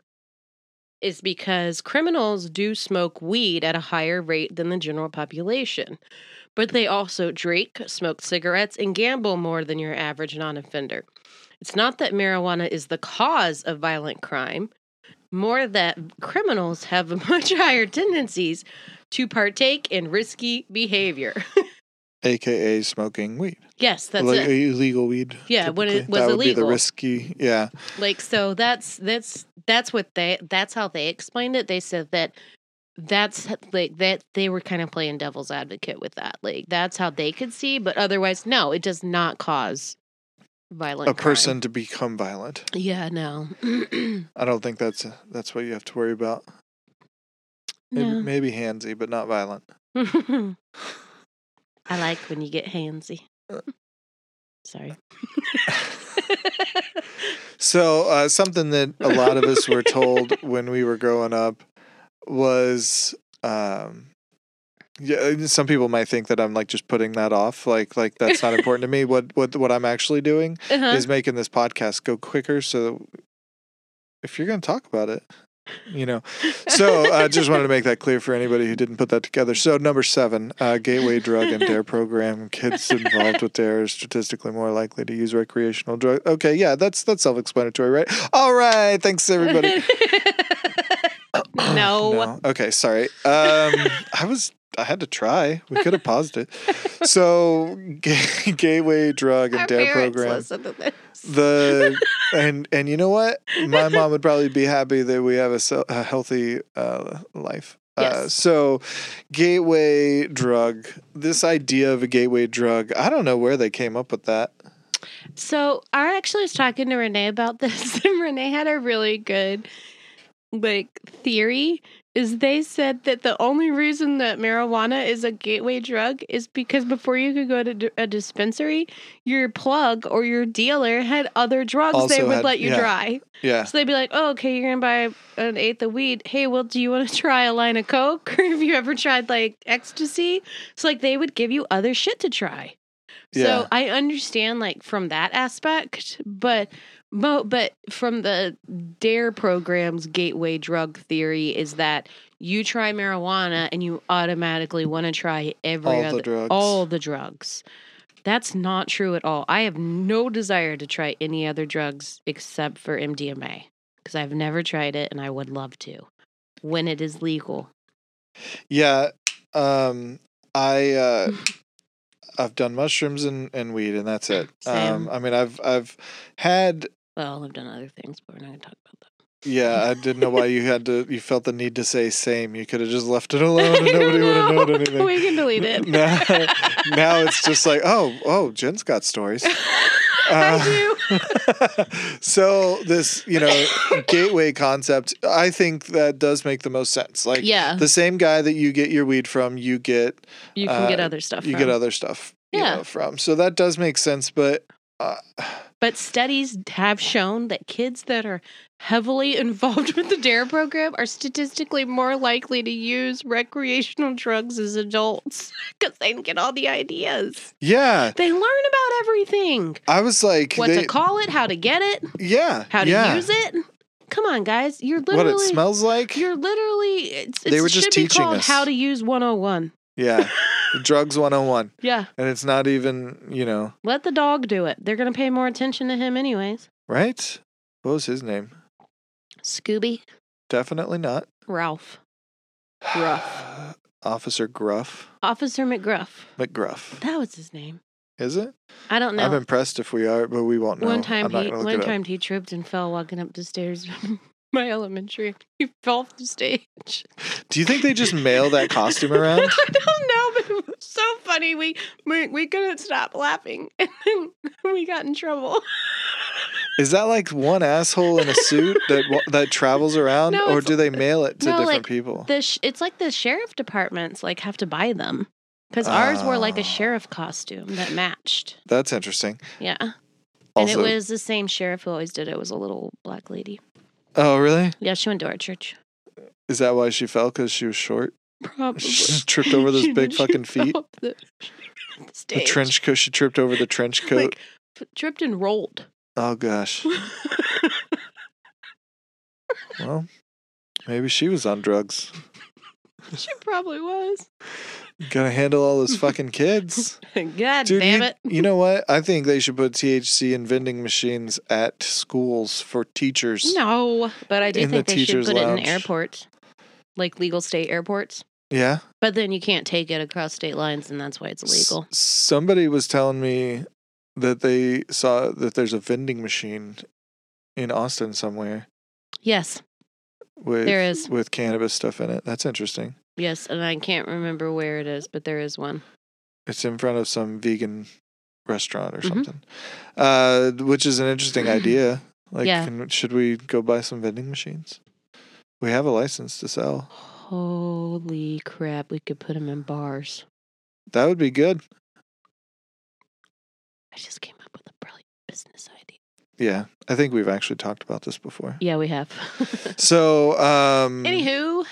Speaker 1: is because criminals do smoke weed at a higher rate than the general population but they also drink, smoke cigarettes, and gamble more than your average non offender. It's not that marijuana is the cause of violent crime, more that criminals have much higher tendencies to partake in risky behavior.
Speaker 2: AKA smoking weed,
Speaker 1: yes, that's
Speaker 2: Like,
Speaker 1: it.
Speaker 2: illegal weed.
Speaker 1: Yeah, when it
Speaker 2: typically.
Speaker 1: was
Speaker 2: that would be the
Speaker 1: illegal.
Speaker 2: risky. Yeah,
Speaker 1: Like so that's that's that's what they that's how they explained it. They said that that's like that they were kind of playing devil's advocate with that. Like that's how they could see, but otherwise no, it does not cause violent
Speaker 2: a
Speaker 1: crime.
Speaker 2: person to become violent.
Speaker 1: Yeah, no.
Speaker 2: I don't think that's that's what you have to worry about. Maybe,
Speaker 1: no.
Speaker 2: maybe handsy, but not violent.
Speaker 1: I like when you get handsy.
Speaker 2: Uh.
Speaker 1: Sorry.
Speaker 2: So uh, something that a lot of us were told when we were growing up was, um, yeah. Some people might think that I'm like just putting that off, like like that's not important to me. What what what I'm actually doing
Speaker 1: Uh-huh.
Speaker 2: is making this podcast go quicker. So if you're going to talk about it, you know. So I just wanted to make that clear for anybody who didn't put that together. So number seven, uh, gateway drug and dare program. Kids involved with dare are statistically more likely to use recreational drugs. Okay, yeah, that's that's self-explanatory, right? All right, thanks everybody.
Speaker 1: no.
Speaker 2: Okay, sorry. Um, I was. I had to try. We could have paused it. So, ga- gateway drug and
Speaker 1: Our
Speaker 2: dare
Speaker 1: parents
Speaker 2: program
Speaker 1: listen to this.
Speaker 2: the and and you know what my mom would probably be happy that we have a, se- a healthy uh, life uh,
Speaker 1: Yes.
Speaker 2: so gateway drug this idea of a gateway drug i don't know where they came up with that
Speaker 1: So I actually was talking to Renee about this, and Renee had a really good like theory. Is they said that the only reason that marijuana is a gateway drug is because before you could go to d- a dispensary, your plug or your dealer had other drugs they
Speaker 2: Also
Speaker 1: would
Speaker 2: had-
Speaker 1: let you
Speaker 2: yeah.
Speaker 1: try.
Speaker 2: yeah
Speaker 1: So they'd be like, "Oh, okay, you're gonna buy an eighth of weed. Hey, well, do you want to try a line of coke? Or have you ever tried like ecstasy?" So like they would give you other shit to try.
Speaker 2: yeah
Speaker 1: So I understand like from that aspect, but mo- but from the DARE program's gateway drug theory is that you try marijuana and you automatically want to try every
Speaker 2: all
Speaker 1: other
Speaker 2: the drugs
Speaker 1: all the drugs. That's not true at all. I have no desire to try any other drugs except for MDMA because I've never tried it and I would love to when it is legal.
Speaker 2: yeah um i uh i've done mushrooms and and weed and that's it um
Speaker 1: Same.
Speaker 2: i mean i've i've had
Speaker 1: Well, I've done other things, but we're not going to talk about that.
Speaker 2: Yeah, I didn't know why you had to. You felt the need to say "same." You could have just left it alone, and
Speaker 1: I don't
Speaker 2: Oh, nobody would have known
Speaker 1: know.
Speaker 2: anything.
Speaker 1: We can delete it.
Speaker 2: Now, now it's just like, oh, oh, Jen's got stories. Uh,
Speaker 1: I do.
Speaker 2: so this, you know, gateway concept, I think that does make the most sense. Like,
Speaker 1: Yeah.
Speaker 2: the same guy that you get your weed from, you get
Speaker 1: You can get
Speaker 2: uh,
Speaker 1: other stuff.
Speaker 2: you
Speaker 1: from.
Speaker 2: get other stuff, you
Speaker 1: Yeah.
Speaker 2: know, from. So that does make sense, but. Uh,
Speaker 1: But studies have shown that kids that are heavily involved with the DARE program are statistically more likely to use recreational drugs as adults because they get all the ideas.
Speaker 2: yeah,
Speaker 1: They learn about everything
Speaker 2: I was like,
Speaker 1: what
Speaker 2: they-
Speaker 1: to call it, how to get it,
Speaker 2: yeah,
Speaker 1: how to
Speaker 2: yeah.
Speaker 1: use it. Come on, guys. You're
Speaker 2: What
Speaker 1: literally.
Speaker 2: it smells like?
Speaker 1: You're literally. It's,
Speaker 2: They
Speaker 1: it's-
Speaker 2: were
Speaker 1: it
Speaker 2: just
Speaker 1: should
Speaker 2: teaching
Speaker 1: be called
Speaker 2: us.
Speaker 1: How to Use 101.
Speaker 2: Yeah. Drugs 101.
Speaker 1: Yeah.
Speaker 2: And it's not even, you know,
Speaker 1: Let the dog do it. They're going to pay more attention to him, anyways.
Speaker 2: right? What was his name?
Speaker 1: Scooby,
Speaker 2: Definitely not.
Speaker 1: Ralph, Gruff.
Speaker 2: Officer Gruff.
Speaker 1: Officer McGruff.
Speaker 2: McGruff.
Speaker 1: That was his name.
Speaker 2: Is it?
Speaker 1: I don't know.
Speaker 2: I'm impressed if we are, but we won't know.
Speaker 1: one time
Speaker 2: I'm not
Speaker 1: he
Speaker 2: gonna look
Speaker 1: one
Speaker 2: it up.
Speaker 1: time he tripped and fell walking up the stairs from my elementary. He fell off the stage.
Speaker 2: Do you think they just mail that costume around?
Speaker 1: I don't know, but it was so funny. We we, we couldn't stop laughing, and then we got in trouble.
Speaker 2: Is that like one asshole in a suit that wa- that travels around,
Speaker 1: No,
Speaker 2: or
Speaker 1: it's-
Speaker 2: do they mail it to
Speaker 1: no,
Speaker 2: different
Speaker 1: like,
Speaker 2: people?
Speaker 1: The sh- it's like the sheriff departments like have to buy them because ours were like
Speaker 2: Oh.
Speaker 1: a sheriff costume that matched.
Speaker 2: That's interesting.
Speaker 1: Yeah, and it
Speaker 2: Also,
Speaker 1: was the same sheriff who always did it. Was a little black lady.
Speaker 2: oh really?
Speaker 1: Yeah, she went to our church.
Speaker 2: Is that why she fell? Because she was short.
Speaker 1: Probably
Speaker 2: She just tripped over those
Speaker 1: She-
Speaker 2: big
Speaker 1: she
Speaker 2: fucking
Speaker 1: fell
Speaker 2: feet.
Speaker 1: off The, the
Speaker 2: The
Speaker 1: stage.
Speaker 2: trench coat. She tripped over the trench coat.
Speaker 1: Like, f- tripped and rolled.
Speaker 2: oh gosh. Well, maybe she was on drugs.
Speaker 1: she probably was.
Speaker 2: Gotta handle all those fucking kids.
Speaker 1: God
Speaker 2: Dude,
Speaker 1: damn
Speaker 2: you,
Speaker 1: it.
Speaker 2: you know what? I think they should put THC in vending machines at schools for teachers.
Speaker 1: No, but I do
Speaker 2: In the
Speaker 1: think they should
Speaker 2: teacher's
Speaker 1: put it
Speaker 2: lounge.
Speaker 1: in airports, like legal state airports.
Speaker 2: Yeah.
Speaker 1: But then you can't take it across state lines, and that's why it's
Speaker 2: S-
Speaker 1: illegal.
Speaker 2: somebody was telling me that they saw that there's a vending machine in Austin somewhere
Speaker 1: Yes,
Speaker 2: with
Speaker 1: There is.
Speaker 2: with cannabis stuff in it. That's interesting.
Speaker 1: yes, and I can't remember where it is, but there is one.
Speaker 2: It's in front of some vegan restaurant or
Speaker 1: Mhm.
Speaker 2: something, uh, which is an interesting idea. Like,
Speaker 1: Yeah.
Speaker 2: can, should we go buy some vending machines? We have a license to sell.
Speaker 1: Holy crap! We could put them in bars.
Speaker 2: That would be good.
Speaker 1: I just came up with a brilliant business idea.
Speaker 2: Yeah, I think we've actually talked about this before.
Speaker 1: Yeah, we have.
Speaker 2: Hmm. So, um,
Speaker 1: Anywho,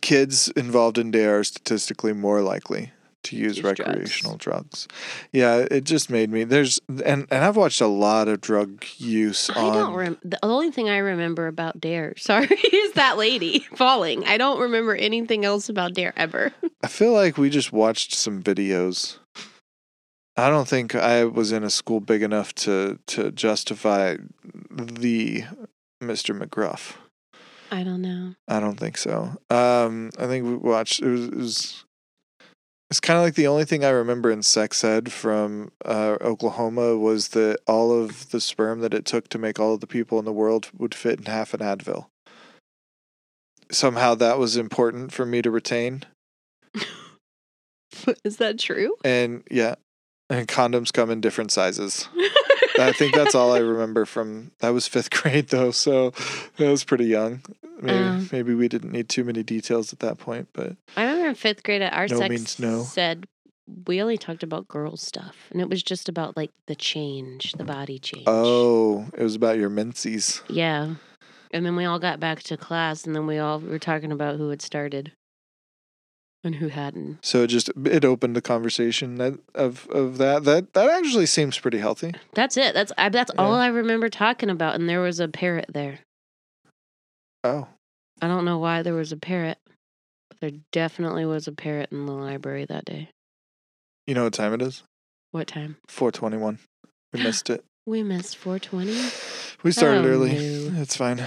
Speaker 2: kids involved in DARE are E statistically more likely to
Speaker 1: Use
Speaker 2: use,
Speaker 1: drugs.
Speaker 2: recreational drugs. Yeah, it just made me there's and and I've watched a lot of drug use
Speaker 1: I
Speaker 2: on
Speaker 1: don't rem- the only thing I remember about Dare, sorry, is that lady falling. I don't remember anything else about Dare ever.
Speaker 2: I feel like we just watched some videos. I don't think I was in a school big enough to to justify the Mr. McGruff.
Speaker 1: I don't know.
Speaker 2: I don't think so. Um, I think we watched it was. It was it's kind of like the only thing I remember in sex ed from uh, Oklahoma was that all of the sperm that it took to make all of the people in the world would fit in half an Advil. Somehow that was important for me to retain,
Speaker 1: Is that true?
Speaker 2: and yeah, and condoms come in different sizes. I think that's all I remember from that was fifth grade though, so that was pretty young. Maybe
Speaker 1: Um.
Speaker 2: maybe we didn't need too many details at that point, but
Speaker 1: I remember in fifth grade at our
Speaker 2: No
Speaker 1: sex
Speaker 2: means no.
Speaker 1: said we only talked about girls stuff, and it was just about like the change, the body change.
Speaker 2: Oh, it was about your menses.
Speaker 1: yeah. And then we all got back to class, and then we all were talking about who had started and who hadn't.
Speaker 2: So it just it opened the conversation that, of of that that that actually seems pretty healthy.
Speaker 1: That's it. That's I, that's all I remember talking about. And there was a parrot there.
Speaker 2: Oh,
Speaker 1: I don't know why there was a parrot, but there definitely was a parrot in the library that day.
Speaker 2: you know what time it is?
Speaker 1: What time?
Speaker 2: Four twenty one. We missed it.
Speaker 1: We missed 420.
Speaker 2: We started
Speaker 1: Oh,
Speaker 2: early.
Speaker 1: no.
Speaker 2: It's fine.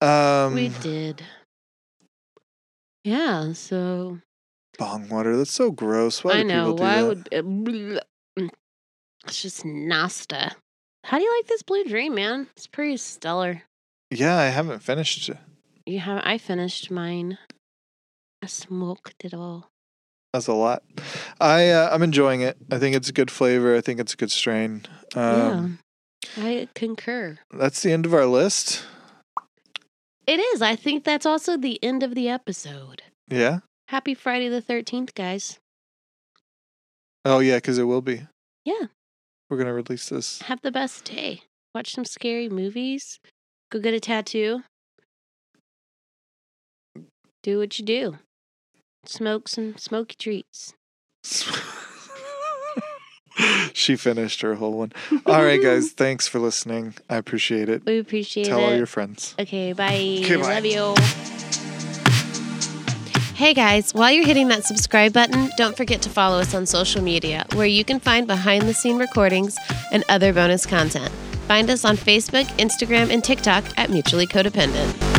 Speaker 2: Um,
Speaker 1: we did. Yeah, so
Speaker 2: bong water. That's so gross. Why
Speaker 1: I
Speaker 2: do
Speaker 1: know
Speaker 2: people do
Speaker 1: why
Speaker 2: that?
Speaker 1: would it, it's just nasta. How do you like this blue dream, man? It's pretty stellar.
Speaker 2: Yeah, I haven't finished it.
Speaker 1: You have I finished mine. I smoked it all.
Speaker 2: That's a lot. I uh, I'm enjoying it. I think it's a good flavor. I think it's a good strain. Um,
Speaker 1: yeah. I concur.
Speaker 2: That's the end of our list.
Speaker 1: It is. I think that's also the end of the episode.
Speaker 2: Yeah.
Speaker 1: Happy Friday the 13th, guys.
Speaker 2: Oh yeah, because it will be.
Speaker 1: Yeah.
Speaker 2: We're gonna release this.
Speaker 1: Have the best day. Watch some scary movies. Go get a tattoo. Do what you do. Smoke some smoky treats.
Speaker 2: she finished her whole one. All right, guys. Thanks for listening. I appreciate it.
Speaker 1: We appreciate
Speaker 2: Tell
Speaker 1: it.
Speaker 2: all your friends.
Speaker 1: okay, bye.
Speaker 2: Okay, bye.
Speaker 1: Love you. Hey guys, while you're hitting that subscribe button, don't forget to follow us on social media where you can find behind the scene recordings and other bonus content. Find us on Facebook, Instagram, and TikTok at Mutually Codependent.